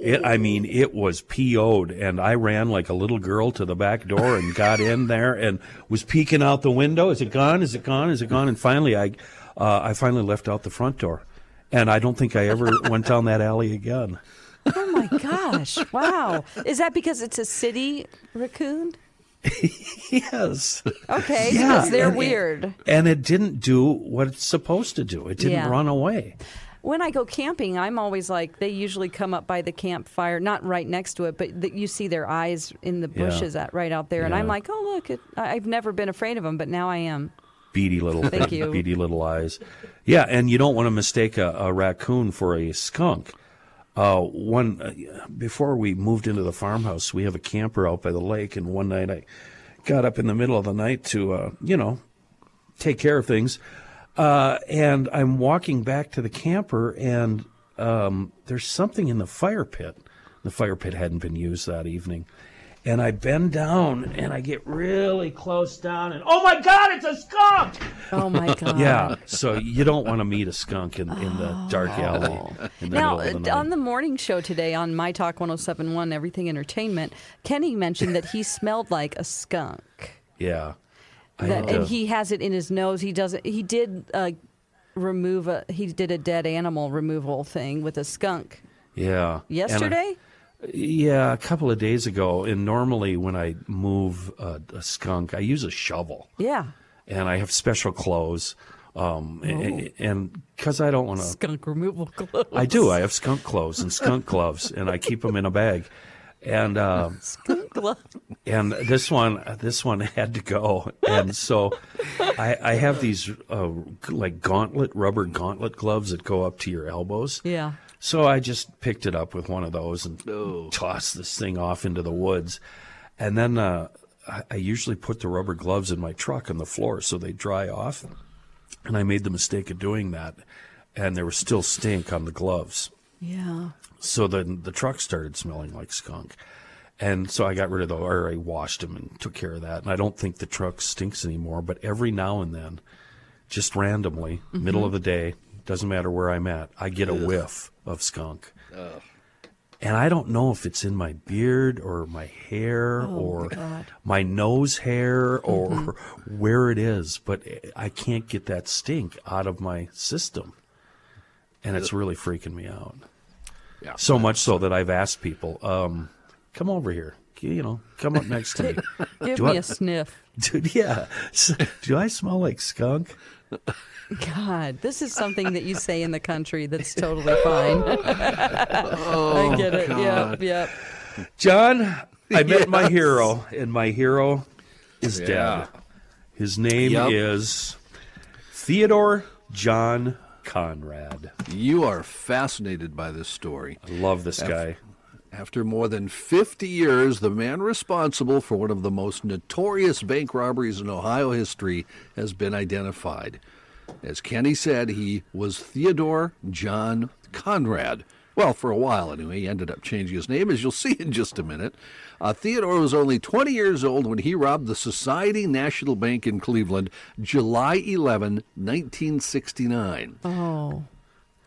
[SPEAKER 3] It, I mean, it was PO'd, and I ran like a little girl to the back door and got in there and was peeking out the window. Is it gone? Is it gone? Is it gone? And finally, I, uh, I finally left out the front door, and I don't think I ever went down that alley again.
[SPEAKER 1] Oh my gosh! Wow, is that because it's a city raccoon?
[SPEAKER 3] Yes.
[SPEAKER 1] Okay,
[SPEAKER 3] Yeah,
[SPEAKER 1] because they're
[SPEAKER 3] and-
[SPEAKER 1] weird.
[SPEAKER 3] And it didn't do what it's supposed to do. It didn't
[SPEAKER 1] Yeah.
[SPEAKER 3] run away.
[SPEAKER 1] When I go camping, I'm always like they usually come up by the campfire, not right next to it, but that you see their eyes in the
[SPEAKER 3] Yeah.
[SPEAKER 1] bushes at, right out there, and I'm
[SPEAKER 3] Yeah.
[SPEAKER 1] like, oh look, it, I- I've never been afraid of them, but now I am.
[SPEAKER 3] Beady little
[SPEAKER 1] Thank
[SPEAKER 3] thing,
[SPEAKER 1] you.
[SPEAKER 3] beady little eyes. Yeah, and you don't want to mistake a, a raccoon for a skunk. Uh, one uh, before we moved into the farmhouse, we have a camper out by the lake, and one night I got up in the middle of the night to, uh, you know, take care of things. Uh, and I'm walking back to the camper, and um, there's something in the fire pit. The fire pit hadn't been used that evening. and I bend down and I get really close down and oh my god, it's a skunk!
[SPEAKER 1] Oh my god.
[SPEAKER 3] Yeah, so you don't want to meet a skunk in, in the dark alley. In the
[SPEAKER 1] Oh, Now,
[SPEAKER 3] middle of
[SPEAKER 1] uh,
[SPEAKER 3] the
[SPEAKER 1] on
[SPEAKER 3] night.
[SPEAKER 1] the morning show today on My Talk 1071 Everything Entertainment, Kenny mentioned that he smelled like a skunk.
[SPEAKER 3] yeah, I
[SPEAKER 1] That,
[SPEAKER 3] had to-
[SPEAKER 1] and he has it in his nose. He doesn't. He did uh, remove a. He did a dead animal removal thing with a skunk
[SPEAKER 3] yeah And I-
[SPEAKER 1] yesterday.
[SPEAKER 3] Yeah, a couple of days ago. And normally when I move a, a skunk, I use a shovel
[SPEAKER 1] yeah.
[SPEAKER 3] and I have special clothes. Um,
[SPEAKER 1] Oh.
[SPEAKER 3] a- a- and because I don't want to,
[SPEAKER 1] Skunk removal glue.
[SPEAKER 3] I do. I have skunk clothes and skunk gloves, and I keep them in a bag. And uh,
[SPEAKER 1] skunk glove.
[SPEAKER 3] and this one uh, this one had to go and so i i have these uh, like gauntlet rubber gauntlet gloves that go up to your elbows
[SPEAKER 1] Yeah.
[SPEAKER 3] so i just picked it up with one of those and tossed this thing off into the woods and then uh I, I usually put the rubber gloves in my truck on the floor so they dry off and i made the mistake of doing that and there was still stink on the gloves
[SPEAKER 1] Yeah.
[SPEAKER 3] so then the truck started smelling like skunk. And so I got rid of the, or I washed them and took care of that. And I don't think the truck stinks anymore, but every now and then, just randomly, middle of the day, doesn't matter where I'm at, I get a whiff of skunk. And I don't know if it's in my beard or my hair or my nose hair or where it is, but I can't get that stink out of my system. And it's really freaking me out. So much so that I've asked people, um, come over here. You know, come up next to me.
[SPEAKER 1] Give
[SPEAKER 3] Do
[SPEAKER 1] me
[SPEAKER 3] I-
[SPEAKER 1] a sniff.
[SPEAKER 3] Dude, yeah. S- Do I smell like skunk?
[SPEAKER 1] God, this is something that you say in the country that's totally fine. I get it.
[SPEAKER 3] Oh,
[SPEAKER 1] Yep. Yep.
[SPEAKER 3] John, I met my hero, and my hero is
[SPEAKER 4] Yeah.
[SPEAKER 3] dead. His name
[SPEAKER 4] Yep.
[SPEAKER 3] is Theodore John Conrad.
[SPEAKER 4] You are fascinated by this story.
[SPEAKER 3] I love this guy.
[SPEAKER 4] After more than 50 years, the man responsible for one of the most notorious bank robberies in Ohio history has been identified. As Kenny said, he was Theodore John Conrad. Well, for a while anyway, he ended up changing his name, as you'll see in just a minute. Uh, Theodore was only 20 years old when he robbed the Society National Bank in Cleveland July 11, 1969.
[SPEAKER 1] Oh.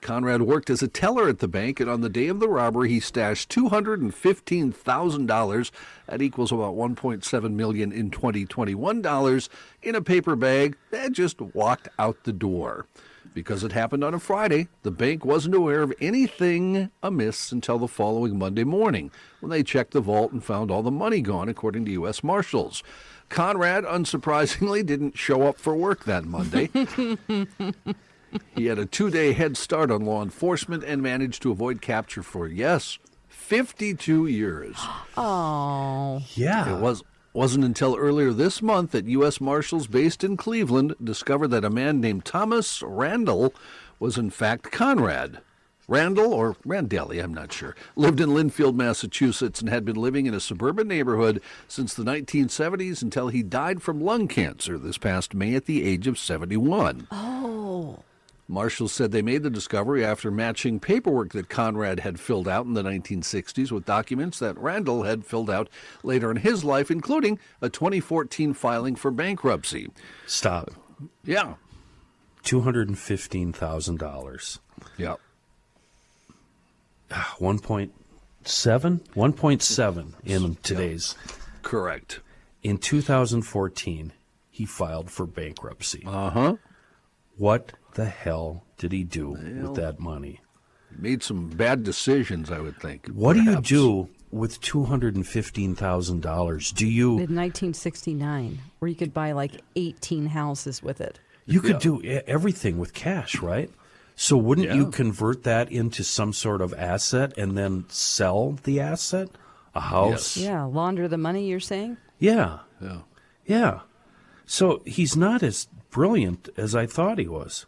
[SPEAKER 4] Conrad worked as a teller at the bank, and on the day of the robbery, he stashed two hundred and fifteen thousand dollars. That equals about one point seven million in twenty twenty one dollars in a paper bag and just walked out the door. Because it happened on a Friday, the bank wasn't aware of anything amiss until the following Monday morning when they checked the vault and found all the money gone, according to U.S. Marshals. Conrad, unsurprisingly, didn't show up for work that Monday. He had a two day head start on law enforcement and managed to avoid capture for, yes, 52 years.
[SPEAKER 1] Oh.
[SPEAKER 3] Yeah.
[SPEAKER 4] It was, wasn't until earlier this month that U.S. Marshals based in Cleveland discovered that a man named Thomas Randall was, in fact, Conrad. Randall, or Randelli, I'm not sure, lived in Linfield, Massachusetts, and had been living in a suburban neighborhood since the 1970s until he died from lung cancer this past May at the age of 71. Marshals said they made the discovery after matching paperwork that Conrad had filled out in the 1960s with documents that Randall had filled out later in his life, including a 2014 filing for bankruptcy.
[SPEAKER 3] Stop.
[SPEAKER 4] Yeah.
[SPEAKER 3] $215,000.
[SPEAKER 4] Yeah.
[SPEAKER 3] 1.7? 1.7 in today's.
[SPEAKER 4] Correct.
[SPEAKER 3] In 2014, he filed for bankruptcy. Uh huh.
[SPEAKER 4] Uh-huh.
[SPEAKER 3] What the hell did he do with that money?
[SPEAKER 4] Made some bad decisions, I would think.
[SPEAKER 3] What
[SPEAKER 4] perhaps.
[SPEAKER 3] do you do with two hundred and fifteen thousand dollars? Do you
[SPEAKER 1] In 1969, where you could buy like 18 houses with it.
[SPEAKER 3] you could do do e- everything with cash, right? So wouldn't you
[SPEAKER 4] Yeah.
[SPEAKER 3] convert that into some sort of asset and then sell the asset, a house?
[SPEAKER 1] Yeah, launder the money, you're saying?
[SPEAKER 3] Yeah. Yeah. So he's not as brilliant as I thought he was.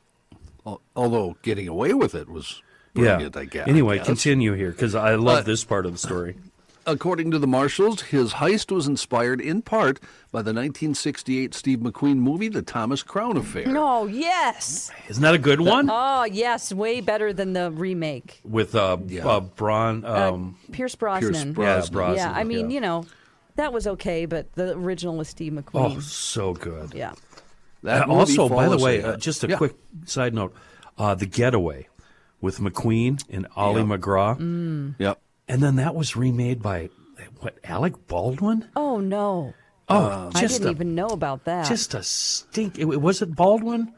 [SPEAKER 4] Al- Although getting away with it was brilliant,
[SPEAKER 3] yeah.
[SPEAKER 4] I guess.
[SPEAKER 3] Anyway,
[SPEAKER 4] Yes.
[SPEAKER 3] continue here because I love
[SPEAKER 4] But-
[SPEAKER 3] this part of the story.
[SPEAKER 4] According to the marshals, his heist was inspired in part by the 1968 Steve McQueen movie, The Thomas Crown Affair.
[SPEAKER 1] No, Oh, yes.
[SPEAKER 3] Isn't that a good one?
[SPEAKER 1] Oh, yes. Way better than the remake.
[SPEAKER 3] With uh,
[SPEAKER 4] Yeah.
[SPEAKER 3] uh Braun. Um,
[SPEAKER 1] Pierce Brosnan.
[SPEAKER 4] Brosnan.
[SPEAKER 3] yeah,
[SPEAKER 4] Brosnan,
[SPEAKER 3] Brosnan.
[SPEAKER 1] yeah, I mean,
[SPEAKER 3] yeah.
[SPEAKER 1] you know, That was okay, but the original was Steve McQueen.
[SPEAKER 3] Oh, so good.
[SPEAKER 1] Yeah.
[SPEAKER 4] That
[SPEAKER 3] Uh, also,
[SPEAKER 4] movie
[SPEAKER 3] by the
[SPEAKER 4] follows
[SPEAKER 3] way,
[SPEAKER 4] it
[SPEAKER 3] uh,
[SPEAKER 4] up.
[SPEAKER 3] just a
[SPEAKER 4] Yeah.
[SPEAKER 3] quick side note: uh, the Getaway with McQueen and Ollie McGraw,
[SPEAKER 1] Mm.
[SPEAKER 4] Yep.
[SPEAKER 3] and then that was remade by what Alec Baldwin?
[SPEAKER 1] Oh no,
[SPEAKER 3] Oh,
[SPEAKER 1] I
[SPEAKER 3] just
[SPEAKER 1] didn't
[SPEAKER 3] a,
[SPEAKER 1] even know about that.
[SPEAKER 3] just a stink. It, was it Baldwin?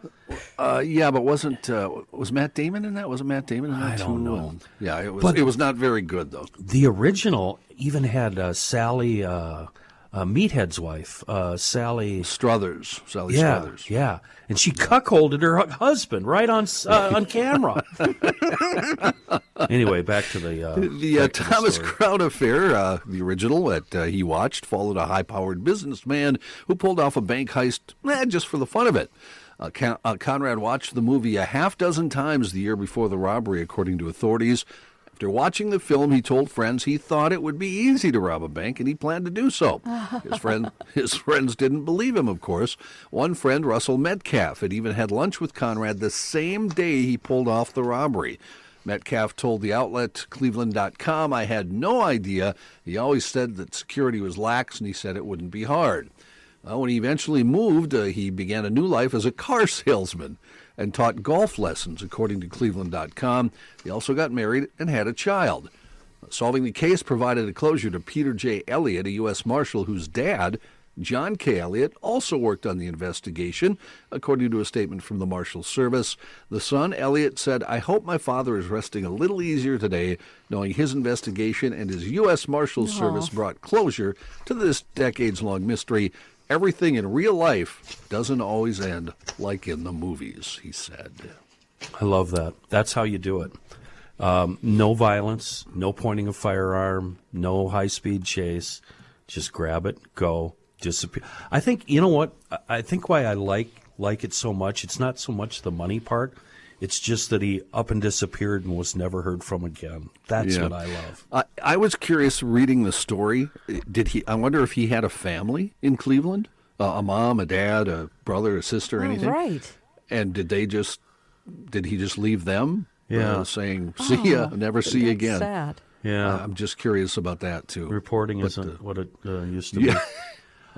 [SPEAKER 4] Uh, yeah, but wasn't uh, was Matt Damon in that? Wasn't Matt Damon in that?
[SPEAKER 3] I don't
[SPEAKER 4] too?
[SPEAKER 3] know.
[SPEAKER 4] Um, Yeah, it was.
[SPEAKER 3] But-
[SPEAKER 4] it was not very good though.
[SPEAKER 3] The original even had uh, Sally uh, uh, Meathead's wife, uh, Sally.
[SPEAKER 4] Struthers, Sally
[SPEAKER 3] Yeah,
[SPEAKER 4] Struthers.
[SPEAKER 3] yeah, and she cuckolded her hu- husband right on s- uh, on camera. anyway, back to the uh,
[SPEAKER 4] The uh,
[SPEAKER 3] back to the
[SPEAKER 4] Thomas
[SPEAKER 3] story.
[SPEAKER 4] Crown affair, uh, the original that uh, he watched, followed a high powered businessman who pulled off a bank heist eh, just for the fun of it. Uh, Con- uh, Conrad watched the movie a half dozen times the year before the robbery, according to authorities. After watching the film, he told friends he thought it would be easy to rob a bank, and he planned to do so. His friend, his friends didn't believe him, of course. One friend, Russell Metcalf, had even had lunch with Conrad the same day he pulled off the robbery. Metcalf told the outlet Cleveland.com, I had no idea. He always said that security was lax and he said it wouldn't be hard. Uh, when he eventually moved, uh, he began a new life as a car salesman and taught golf lessons, according to Cleveland.com. He also got married and had a child. Solving the case provided a closure to Peter J. Elliott, a U.S. Marshal whose dad, John K. Elliott, also worked on the investigation, according to a statement from the Marshal Service. The son, Elliott, said, I hope my father is resting a little easier today, knowing his investigation and his U.S. Marshal Service brought closure to this decades long mystery. Everything in real life doesn't always end like in the movies, he said.
[SPEAKER 3] I love that. That's how you do it. Um, no violence, no pointing a firearm, no high speed chase. Just grab it, go, disappear. I think you know what. I- I think why I like like it so much. It's not so much the money part. It's just that he up and disappeared and was never heard from again. That's
[SPEAKER 4] Yeah.
[SPEAKER 3] what I love.
[SPEAKER 4] I, I was curious reading the story. Did he? I wonder if he had a family in Cleveland, uh, a mom, a dad, a brother, a sister,
[SPEAKER 1] oh,
[SPEAKER 4] anything.
[SPEAKER 1] right.
[SPEAKER 4] And did they just? Did he just leave them?
[SPEAKER 3] Yeah.
[SPEAKER 4] uh, saying see ya, never see you
[SPEAKER 1] Oh, That's
[SPEAKER 4] again. Uh,
[SPEAKER 1] Sad.
[SPEAKER 3] Yeah.
[SPEAKER 4] I'm just curious about that too.
[SPEAKER 3] Reporting isn't what it uh, used to be.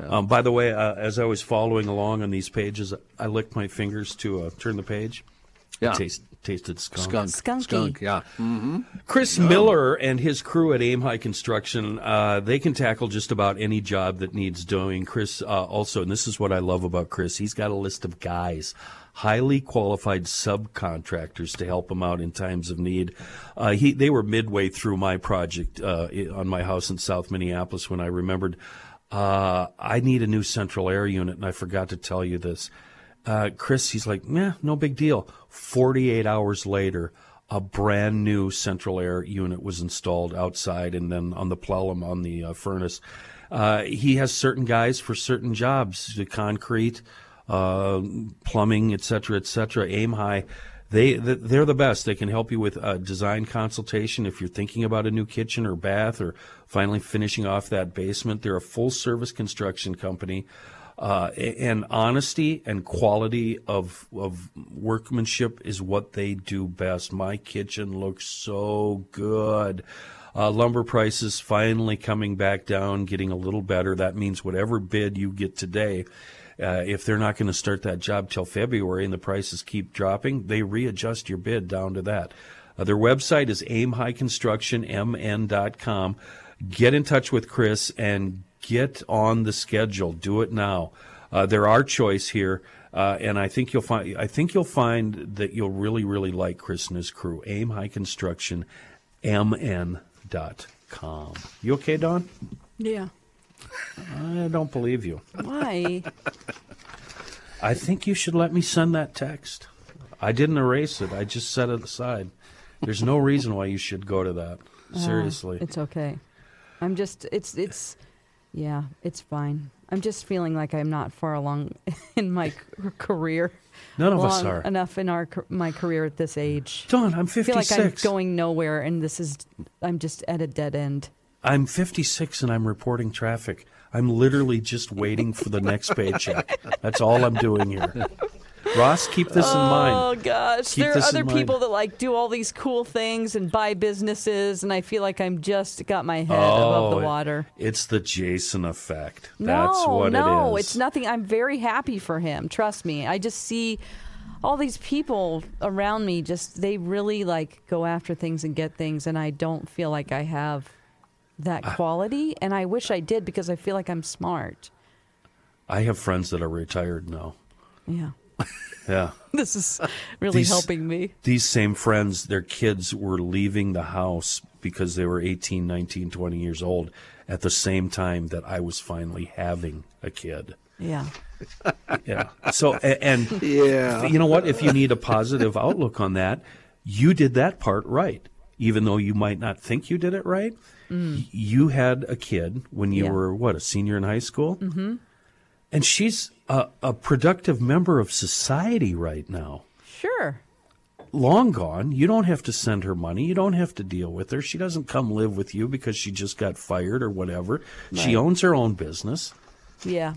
[SPEAKER 3] Um, by the way, uh, as I was following along on these pages, I licked my fingers to uh, turn the page.
[SPEAKER 4] Yeah.
[SPEAKER 3] Taste, tasted skunk.
[SPEAKER 4] Skunk,
[SPEAKER 1] Skunky.
[SPEAKER 4] skunk, yeah.
[SPEAKER 3] Chris Miller and his crew at Aim High Construction, uh, they can tackle just about any job that needs doing. Chris uh, also, and this is what I love about Chris, he's got a list of guys, highly qualified subcontractors to help him out in times of need. Uh, he, they were midway through my project uh, i- on my house in South Minneapolis when I remembered uh, I need a new central air unit, and I forgot to tell you this. Uh, Chris, he's like, nah, no big deal. 48 hours later, a brand new central air unit was installed outside and then on the plenum on the uh, furnace. Uh, he has certain guys for certain jobs, the concrete, uh, plumbing, et cetera, et cetera. Aim high. They, th- they're the best. They can help you with a design consultation if you're thinking about a new kitchen or bath or finally finishing off that basement. They're a full service construction company uh, and honesty and quality of of workmanship is what they do best. My kitchen looks so good. Uh, lumber prices finally coming back down, getting a little better. That means whatever bid you get today, uh, if they're not going to start that job till February and the prices keep dropping, they readjust your bid down to that. Uh, their website is aimhighconstructionmn.com. Get in touch with Chris and get on the schedule. Do it now. Uh, there are choice here, uh, and I think you'll find. I think you'll find that you'll really, really like Chris and his crew. Aim High Construction, mn.com. You okay, Don?
[SPEAKER 1] Yeah.
[SPEAKER 3] I don't believe you.
[SPEAKER 1] Why?
[SPEAKER 3] I think you should let me send that text. I didn't erase it. I just set it aside. There's no reason why you should go to that. Seriously.
[SPEAKER 1] it's okay. I'm just. It's. It's. Yeah. It's fine. I'm just feeling like I'm not far along in my c- career.
[SPEAKER 3] None of us
[SPEAKER 1] Long
[SPEAKER 3] are.
[SPEAKER 1] enough in our ca- my career at this age.
[SPEAKER 3] Don, I'm
[SPEAKER 1] I feel
[SPEAKER 3] 56.
[SPEAKER 1] like I'm going nowhere, and this is. I'm just at a dead end.
[SPEAKER 3] I'm 56 and I'm reporting traffic. I'm literally just waiting for the next paycheck. That's all I'm doing here. Ross, keep this in mind.
[SPEAKER 1] Oh gosh,
[SPEAKER 3] Keep
[SPEAKER 1] there are
[SPEAKER 3] this in
[SPEAKER 1] other
[SPEAKER 3] mind.
[SPEAKER 1] people that like do all these cool things and buy businesses, and I feel like I'm just got my head above
[SPEAKER 3] Oh,
[SPEAKER 1] the
[SPEAKER 3] it-
[SPEAKER 1] water.
[SPEAKER 3] It's the Jason effect. That's
[SPEAKER 1] no,
[SPEAKER 3] what
[SPEAKER 1] no,
[SPEAKER 3] it is.
[SPEAKER 1] it's nothing. I'm very happy for him. Trust me. I just see all these people around me. Just they really like go after things and get things, and I don't feel like I have that
[SPEAKER 3] Ah.
[SPEAKER 1] quality. And I wish I did because I feel like I'm smart.
[SPEAKER 3] I have friends that are retired now.
[SPEAKER 1] Yeah,
[SPEAKER 3] Yeah.
[SPEAKER 1] this is really
[SPEAKER 3] These-
[SPEAKER 1] helping me.
[SPEAKER 3] These same friends, their kids were leaving the house because they were 18, 19, 20 years old at the same time that I was finally having a kid.
[SPEAKER 1] Yeah.
[SPEAKER 3] Yeah. So, a- and
[SPEAKER 4] Yeah.
[SPEAKER 3] you know what? If you need a positive outlook on that, you did that part right. Even though you might not think you did it right, Y- you had a kid when you
[SPEAKER 1] Yeah.
[SPEAKER 3] were, what, a senior in high school? Mm-hmm. And she's a, a productive member of society right now.
[SPEAKER 1] Sure.
[SPEAKER 3] Long gone. You don't have to send her money. You don't have to deal with her. She doesn't come live with you because she just got fired or whatever. She owns her own business.
[SPEAKER 1] Yeah.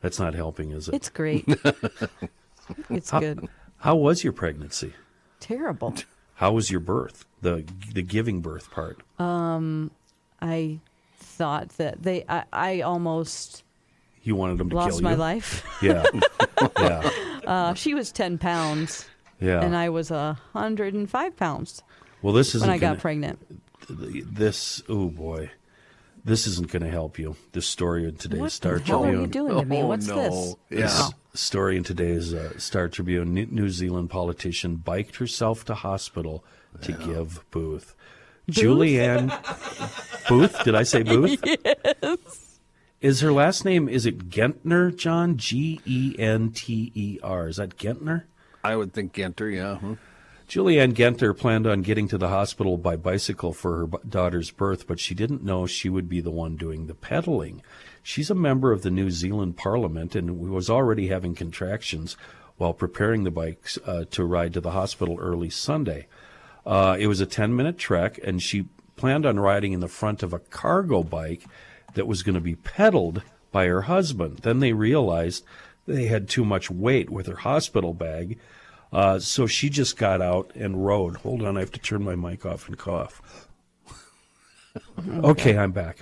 [SPEAKER 3] That's not helping, is it?
[SPEAKER 1] It's great. it's good.
[SPEAKER 3] How was your pregnancy?
[SPEAKER 1] Terrible.
[SPEAKER 3] How was your birth? The the giving birth part.
[SPEAKER 1] I thought that they, I, I almost
[SPEAKER 3] You wanted them to
[SPEAKER 1] lost
[SPEAKER 3] kill
[SPEAKER 1] my
[SPEAKER 3] you.
[SPEAKER 1] life.
[SPEAKER 3] Yeah, yeah,
[SPEAKER 1] Uh, she was 10 pounds
[SPEAKER 3] yeah.
[SPEAKER 1] and I was a 105 pounds
[SPEAKER 3] well, this isn't
[SPEAKER 1] when I
[SPEAKER 3] gonna,
[SPEAKER 1] got pregnant.
[SPEAKER 3] This oh boy, this isn't going to help you. This story in today's
[SPEAKER 1] What
[SPEAKER 3] Star
[SPEAKER 1] the hell are
[SPEAKER 3] Tribune.
[SPEAKER 1] you doing to me?
[SPEAKER 4] Oh,
[SPEAKER 1] What's this?
[SPEAKER 4] no. Yeah.
[SPEAKER 1] Oh.
[SPEAKER 3] Story in today's uh, Star Tribune: New, New Zealand politician biked herself to hospital to give Booth. Julianne Booth. Did I say Booth? Yes. Is her last name? Is it Gentner? John G E N T E R. Is that Gentner?
[SPEAKER 4] I would think Genter, yeah. huh?
[SPEAKER 3] Julianne Genter planned on getting to the hospital by bicycle for her b- daughter's birth, but she didn't know she would be the one doing the pedaling. She's a member of the New Zealand Parliament and was already having contractions while preparing the bikes uh, to ride to the hospital early Sunday. Uh, it was a 10 minute trek, and she planned on riding in the front of a cargo bike that was going to be pedaled by her husband. Then they realized they had too much weight with her hospital bag, uh, so she just got out and rode. Hold on, I have to turn my mic off and cough. Okay, I'm back.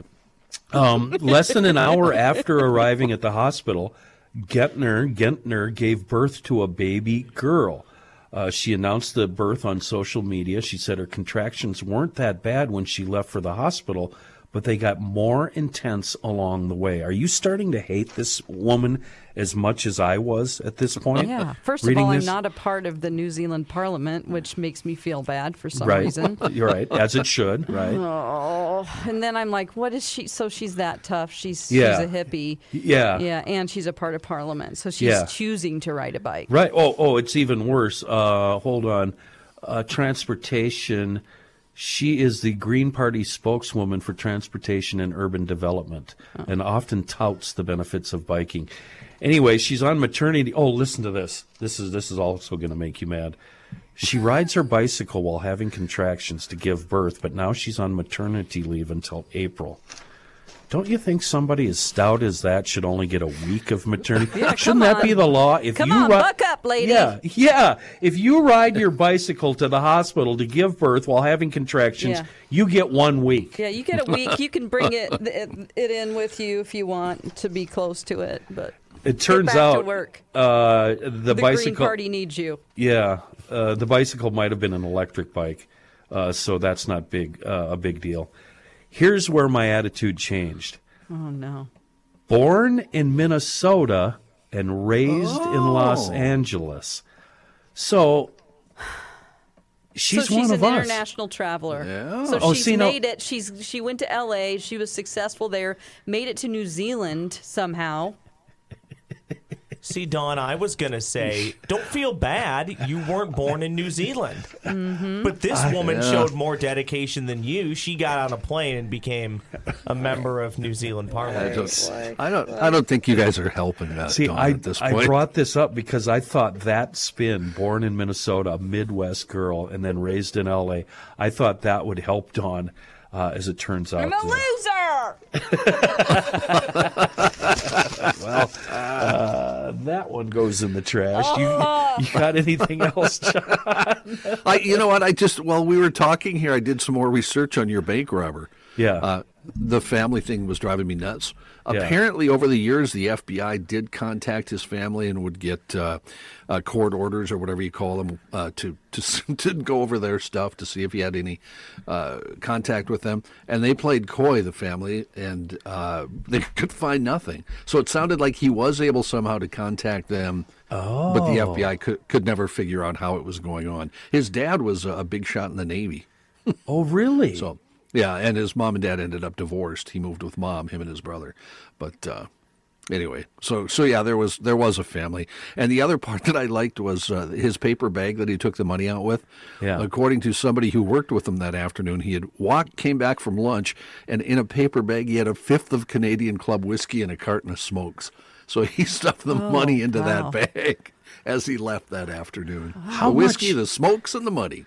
[SPEAKER 3] Um, less than an hour after arriving at the hospital, Gentner Gentner gave birth to a baby girl. Uh, she announced the birth on social media. She said her contractions weren't that bad when she left for the hospital, but they got more intense along the way. Are you starting to hate this woman as much as I was at this point?
[SPEAKER 1] Yeah. First of
[SPEAKER 3] Reading
[SPEAKER 1] all, I'm
[SPEAKER 3] this?
[SPEAKER 1] not a part of the New Zealand Parliament, which makes me feel bad for some
[SPEAKER 3] right.
[SPEAKER 1] reason. Oh.
[SPEAKER 3] You're right, as it should. Right.
[SPEAKER 1] And then I'm like, what is she? So she's that tough. She's,
[SPEAKER 3] Yeah.
[SPEAKER 1] she's a hippie.
[SPEAKER 3] Yeah.
[SPEAKER 1] Yeah. And she's a part of Parliament. So she's
[SPEAKER 3] Yeah.
[SPEAKER 1] choosing to ride a bike.
[SPEAKER 3] Right. Oh, oh, it's even worse. Uh, hold on. Uh, transportation. She is the Green Party spokeswoman for transportation and urban development and often touts the benefits of biking. Anyway, she's on maternity. Oh, listen to this. This is this is also going to make you mad. She rides her bicycle while having contractions to give birth, but now she's on maternity leave until April. Don't you think somebody as stout as that should only get a week of maternity? Shouldn't
[SPEAKER 1] come
[SPEAKER 3] that be
[SPEAKER 1] on.
[SPEAKER 3] the law? If
[SPEAKER 1] Come
[SPEAKER 3] you
[SPEAKER 1] on,
[SPEAKER 3] ri-
[SPEAKER 1] buck up, lady.
[SPEAKER 3] Yeah, yeah. If you ride your bicycle to the hospital to give birth while having contractions,
[SPEAKER 1] Yeah.
[SPEAKER 3] you get one week.
[SPEAKER 1] Yeah, you get a week. You can bring it it, it in with you if you want to be close to it. But
[SPEAKER 3] It turns
[SPEAKER 1] back to
[SPEAKER 3] out
[SPEAKER 1] work.
[SPEAKER 3] Uh, the,
[SPEAKER 1] the
[SPEAKER 3] bicycle.
[SPEAKER 1] Green Party needs you.
[SPEAKER 3] Yeah, uh, the bicycle might have been an electric bike, uh, so that's not big uh, a big deal. Here's where my attitude changed.
[SPEAKER 1] Oh no.
[SPEAKER 3] born in Minnesota and raised in
[SPEAKER 1] Oh.
[SPEAKER 3] Los Angeles. So she's,
[SPEAKER 1] so she's
[SPEAKER 3] one
[SPEAKER 1] an
[SPEAKER 3] of us.
[SPEAKER 1] international traveler. So
[SPEAKER 3] Oh,
[SPEAKER 1] she's
[SPEAKER 3] see, no-
[SPEAKER 1] made it. She's she went to L.A. She was successful there. Made it to New Zealand somehow.
[SPEAKER 5] See, Don, I was going to say, don't feel bad. You weren't born in New Zealand. But this woman showed more dedication than you. She got on a plane and became a member of New Zealand
[SPEAKER 4] I
[SPEAKER 5] Parliament.
[SPEAKER 4] don't, I don't. I don't think you guys are helping that.
[SPEAKER 3] See,
[SPEAKER 4] Dawn,
[SPEAKER 3] I,
[SPEAKER 4] at this point.
[SPEAKER 3] I brought this up because I thought that spin, born in Minnesota, a Midwest girl, and then raised in LA, I thought that would help Dawn. Uh, as it turns out,
[SPEAKER 1] I'm a
[SPEAKER 3] uh,
[SPEAKER 1] loser.
[SPEAKER 3] that one goes in the trash.
[SPEAKER 1] Oh.
[SPEAKER 3] You, you got anything else, John?
[SPEAKER 4] I, you know what? I just while we were talking here, I did some more research on your bank robber.
[SPEAKER 3] Yeah.
[SPEAKER 4] Uh, the family thing was driving me nuts.
[SPEAKER 3] Yeah.
[SPEAKER 4] Apparently, over the years, the FBI did contact his family and would get uh, uh, court orders or whatever you call them uh, to, to s- to go over their stuff to see if he had any uh, contact with them. And they played coy, the family, and uh, they could find nothing. So it sounded like he was able somehow to contact them. Oh. But the FBI could, could never figure out how it was going on. His dad was a a big shot in the Navy.
[SPEAKER 3] Oh, really?
[SPEAKER 4] So yeah, and his mom and dad ended up divorced. He moved with mom, him and his brother. But uh, anyway, so so yeah, there was there was a family. And the other part that I liked was uh, his paper bag that he took the money out with.
[SPEAKER 3] Yeah.
[SPEAKER 4] According to somebody who worked with him that afternoon, he had walked, came back from lunch, and in a paper bag he had a fifth of Canadian Club whiskey and a carton of smokes. So he stuffed the
[SPEAKER 3] Oh,
[SPEAKER 4] money into that bag as he left that afternoon.
[SPEAKER 3] How
[SPEAKER 4] the whiskey,
[SPEAKER 3] much-
[SPEAKER 4] the smokes, and the money.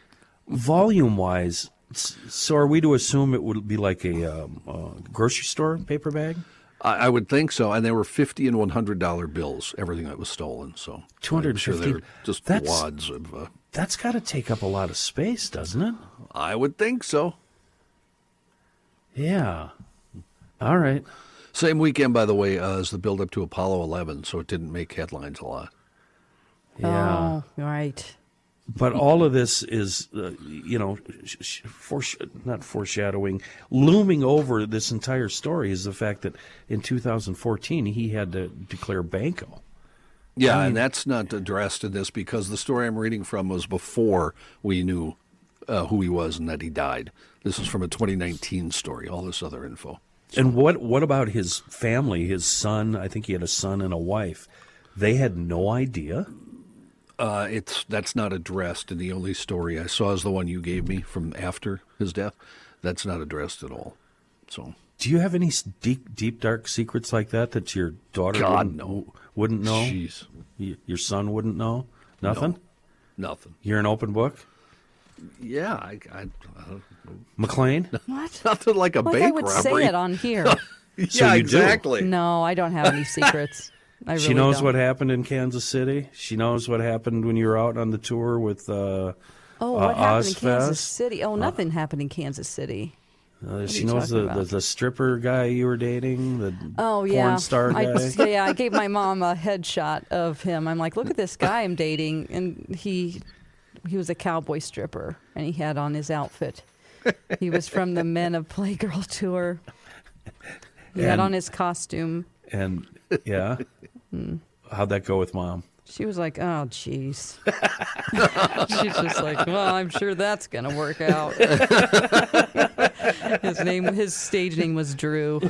[SPEAKER 3] Volume wise, so are we to assume it would be like a um, uh, grocery store paper bag?
[SPEAKER 4] I, I would think so. And they were fifty and one hundred dollar bills. Everything that was stolen. So I'm sure they
[SPEAKER 3] 250.
[SPEAKER 4] were just
[SPEAKER 3] That's-
[SPEAKER 4] wads of. Uh,
[SPEAKER 3] That's got to take up a lot of space, doesn't it?
[SPEAKER 4] I would think so.
[SPEAKER 3] Yeah. All right.
[SPEAKER 4] Same weekend, by the way, uh, as the build up to Apollo Eleven, so it didn't make headlines a lot.
[SPEAKER 3] Yeah.
[SPEAKER 1] Oh, right.
[SPEAKER 3] but all of this is, uh, you know, sh- sh- foresh- not foreshadowing, looming over this entire story is the fact that in 2014 he had to declare Banco.
[SPEAKER 4] Yeah, and that's not addressed in this because the story I'm reading from was before we knew uh, who he was and that he died. This is from a 2019 story. All this other info.
[SPEAKER 3] And what what about his family? His son, I think he had a son and a wife. They had no idea.
[SPEAKER 4] Uh, it's that's not addressed, and the only story I saw is the one you gave me from after his death. That's not addressed at all. So
[SPEAKER 3] Do you have any s- deep deep dark secrets like that that your daughter
[SPEAKER 4] God,
[SPEAKER 3] wouldn't,
[SPEAKER 4] no.
[SPEAKER 3] wouldn't know?
[SPEAKER 4] Jeez.
[SPEAKER 3] Y- Your son wouldn't know. Nothing.
[SPEAKER 4] Nothing.
[SPEAKER 3] You're an open book.
[SPEAKER 4] Yeah, I, I, I don't-
[SPEAKER 3] McLean.
[SPEAKER 1] What?
[SPEAKER 4] nothing like a
[SPEAKER 1] Like
[SPEAKER 4] bank
[SPEAKER 1] I would
[SPEAKER 4] robbery.
[SPEAKER 1] say it on here.
[SPEAKER 4] yeah,
[SPEAKER 3] you do.
[SPEAKER 4] exactly.
[SPEAKER 1] no, I don't have any secrets. I really
[SPEAKER 3] she knows
[SPEAKER 1] don't.
[SPEAKER 3] what happened in Kansas City. She knows what happened when you were out on the tour with. Uh,
[SPEAKER 1] Oh,
[SPEAKER 3] uh,
[SPEAKER 1] what happened in Kansas
[SPEAKER 3] Ozfest.
[SPEAKER 1] City? Oh, nothing happened in Kansas City.
[SPEAKER 3] Uh, she
[SPEAKER 1] you
[SPEAKER 3] knows
[SPEAKER 1] talking
[SPEAKER 3] the, the,
[SPEAKER 1] about?
[SPEAKER 3] the stripper guy you were dating. The
[SPEAKER 1] Oh yeah,
[SPEAKER 3] porn star
[SPEAKER 1] I,
[SPEAKER 3] guy.
[SPEAKER 1] yeah, I gave my mom a headshot of him. I'm like, look at this guy I'm dating, and he he was a cowboy stripper, and he had on his outfit. He was from the Men of Playgirl tour. He had
[SPEAKER 3] And-
[SPEAKER 1] on his costume.
[SPEAKER 3] and yeah,
[SPEAKER 1] Hmm.
[SPEAKER 3] how'd that go with mom?
[SPEAKER 1] She was like, "Oh, jeez." She's just like, "Well, I'm sure that's gonna work out." his name, his stage name was Drew.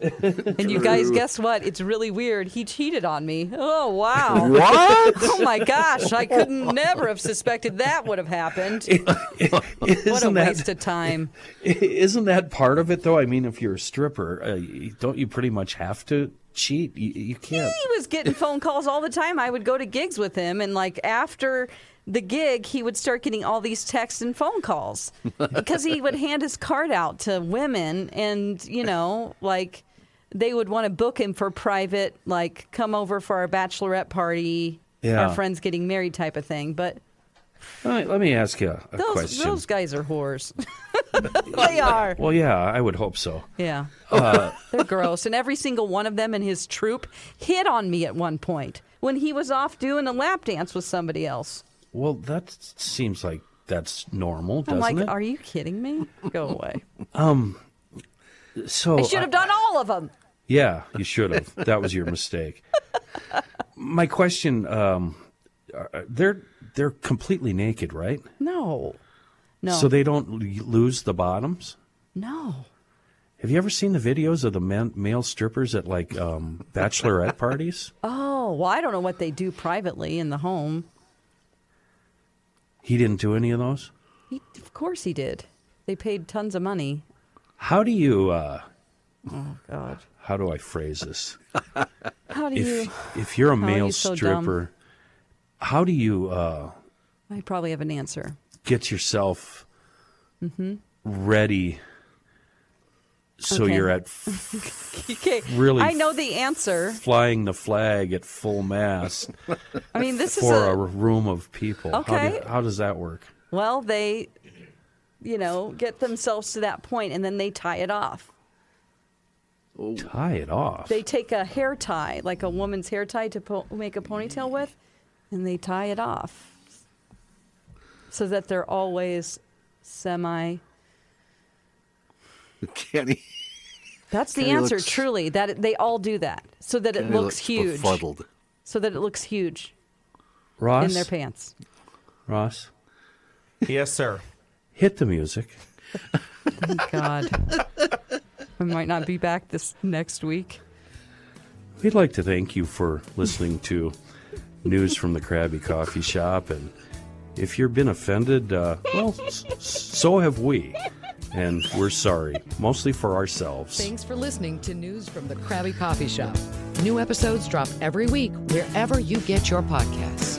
[SPEAKER 1] And you guys, guess what? It's really weird. He cheated on me. Oh wow!
[SPEAKER 4] What?
[SPEAKER 1] Oh my gosh! I could never have suspected that would have happened. What a
[SPEAKER 3] Isn't
[SPEAKER 1] waste
[SPEAKER 3] that
[SPEAKER 1] of time.
[SPEAKER 3] isn't that part of it though? I mean, if you're a stripper, uh, you- don't you pretty much have to cheat? You, you can't.
[SPEAKER 1] he was getting phone calls all the time. I would go to gigs with him, and like after the gig, he would start getting all these texts and phone calls because he would hand his card out to women, and you know, like they would want to book him for private, like come over for our bachelorette party,
[SPEAKER 3] Yeah.
[SPEAKER 1] our friends getting married type of thing. But
[SPEAKER 3] All right, let me ask you a
[SPEAKER 1] those
[SPEAKER 3] question.
[SPEAKER 1] those guys are whores. they are.
[SPEAKER 3] Well, yeah, I would hope so.
[SPEAKER 1] Yeah.
[SPEAKER 3] Uh,
[SPEAKER 1] They're gross. And every single one of them in his troop hit on me at one point when he was off doing a lap dance with somebody else.
[SPEAKER 3] Well, that seems like that's normal,
[SPEAKER 1] I'm
[SPEAKER 3] doesn't
[SPEAKER 1] like,
[SPEAKER 3] it?
[SPEAKER 1] are you kidding me? Go away.
[SPEAKER 3] so
[SPEAKER 1] I should have done all of them.
[SPEAKER 3] Yeah, you should have. that was your mistake. My question: um, are- They're they're completely naked, right?
[SPEAKER 1] No. No.
[SPEAKER 3] So they don't l- lose the bottoms.
[SPEAKER 1] no.
[SPEAKER 3] Have you ever seen the videos of the men, male strippers at like um, bachelorette parties?
[SPEAKER 1] Oh, well, I don't know what they do privately in the home.
[SPEAKER 3] He didn't do any of those.
[SPEAKER 1] He, of course he did. They paid tons of money.
[SPEAKER 3] How do you? Uh,
[SPEAKER 1] Oh, God.
[SPEAKER 3] how do I phrase this?
[SPEAKER 1] How do
[SPEAKER 3] If
[SPEAKER 1] you?
[SPEAKER 3] if you're a
[SPEAKER 1] How are
[SPEAKER 3] male
[SPEAKER 1] you so dumb?
[SPEAKER 3] stripper, how do you uh,
[SPEAKER 1] I probably have an answer.
[SPEAKER 3] get yourself ready So
[SPEAKER 1] Okay.
[SPEAKER 3] you're at f-
[SPEAKER 1] Okay.
[SPEAKER 3] Really
[SPEAKER 1] I know the answer.
[SPEAKER 3] flying the flag at full mast
[SPEAKER 1] I mean, this is
[SPEAKER 3] for a,
[SPEAKER 1] a,
[SPEAKER 3] room of people. How,
[SPEAKER 1] Okay.
[SPEAKER 3] do, how does that work?
[SPEAKER 1] well, they, you know, get themselves to that point and then they tie it off.
[SPEAKER 3] Tie it off.
[SPEAKER 1] They take a hair tie, like a woman's hair tie to po- make a ponytail with, and they tie it off so that they're always semi.
[SPEAKER 4] Kenny,
[SPEAKER 1] That's the
[SPEAKER 4] Kenny
[SPEAKER 1] answer,
[SPEAKER 4] looks-
[SPEAKER 1] truly. That they all do that so that it
[SPEAKER 4] Kenny
[SPEAKER 1] looks, huge.
[SPEAKER 4] Befuddled.
[SPEAKER 1] So that it looks huge
[SPEAKER 3] Ross,
[SPEAKER 1] in their pants.
[SPEAKER 3] Ross,
[SPEAKER 5] yes, sir.
[SPEAKER 3] hit the music.
[SPEAKER 1] God. I might not be back this next week.
[SPEAKER 3] We'd like to thank you for listening to news from the Krabby Coffee Shop. And if you've been offended, uh, well, s- s- so have we. And we're sorry, mostly for ourselves.
[SPEAKER 2] Thanks for listening to News from the Krabby Coffee Shop. New episodes drop every week wherever you get your podcasts.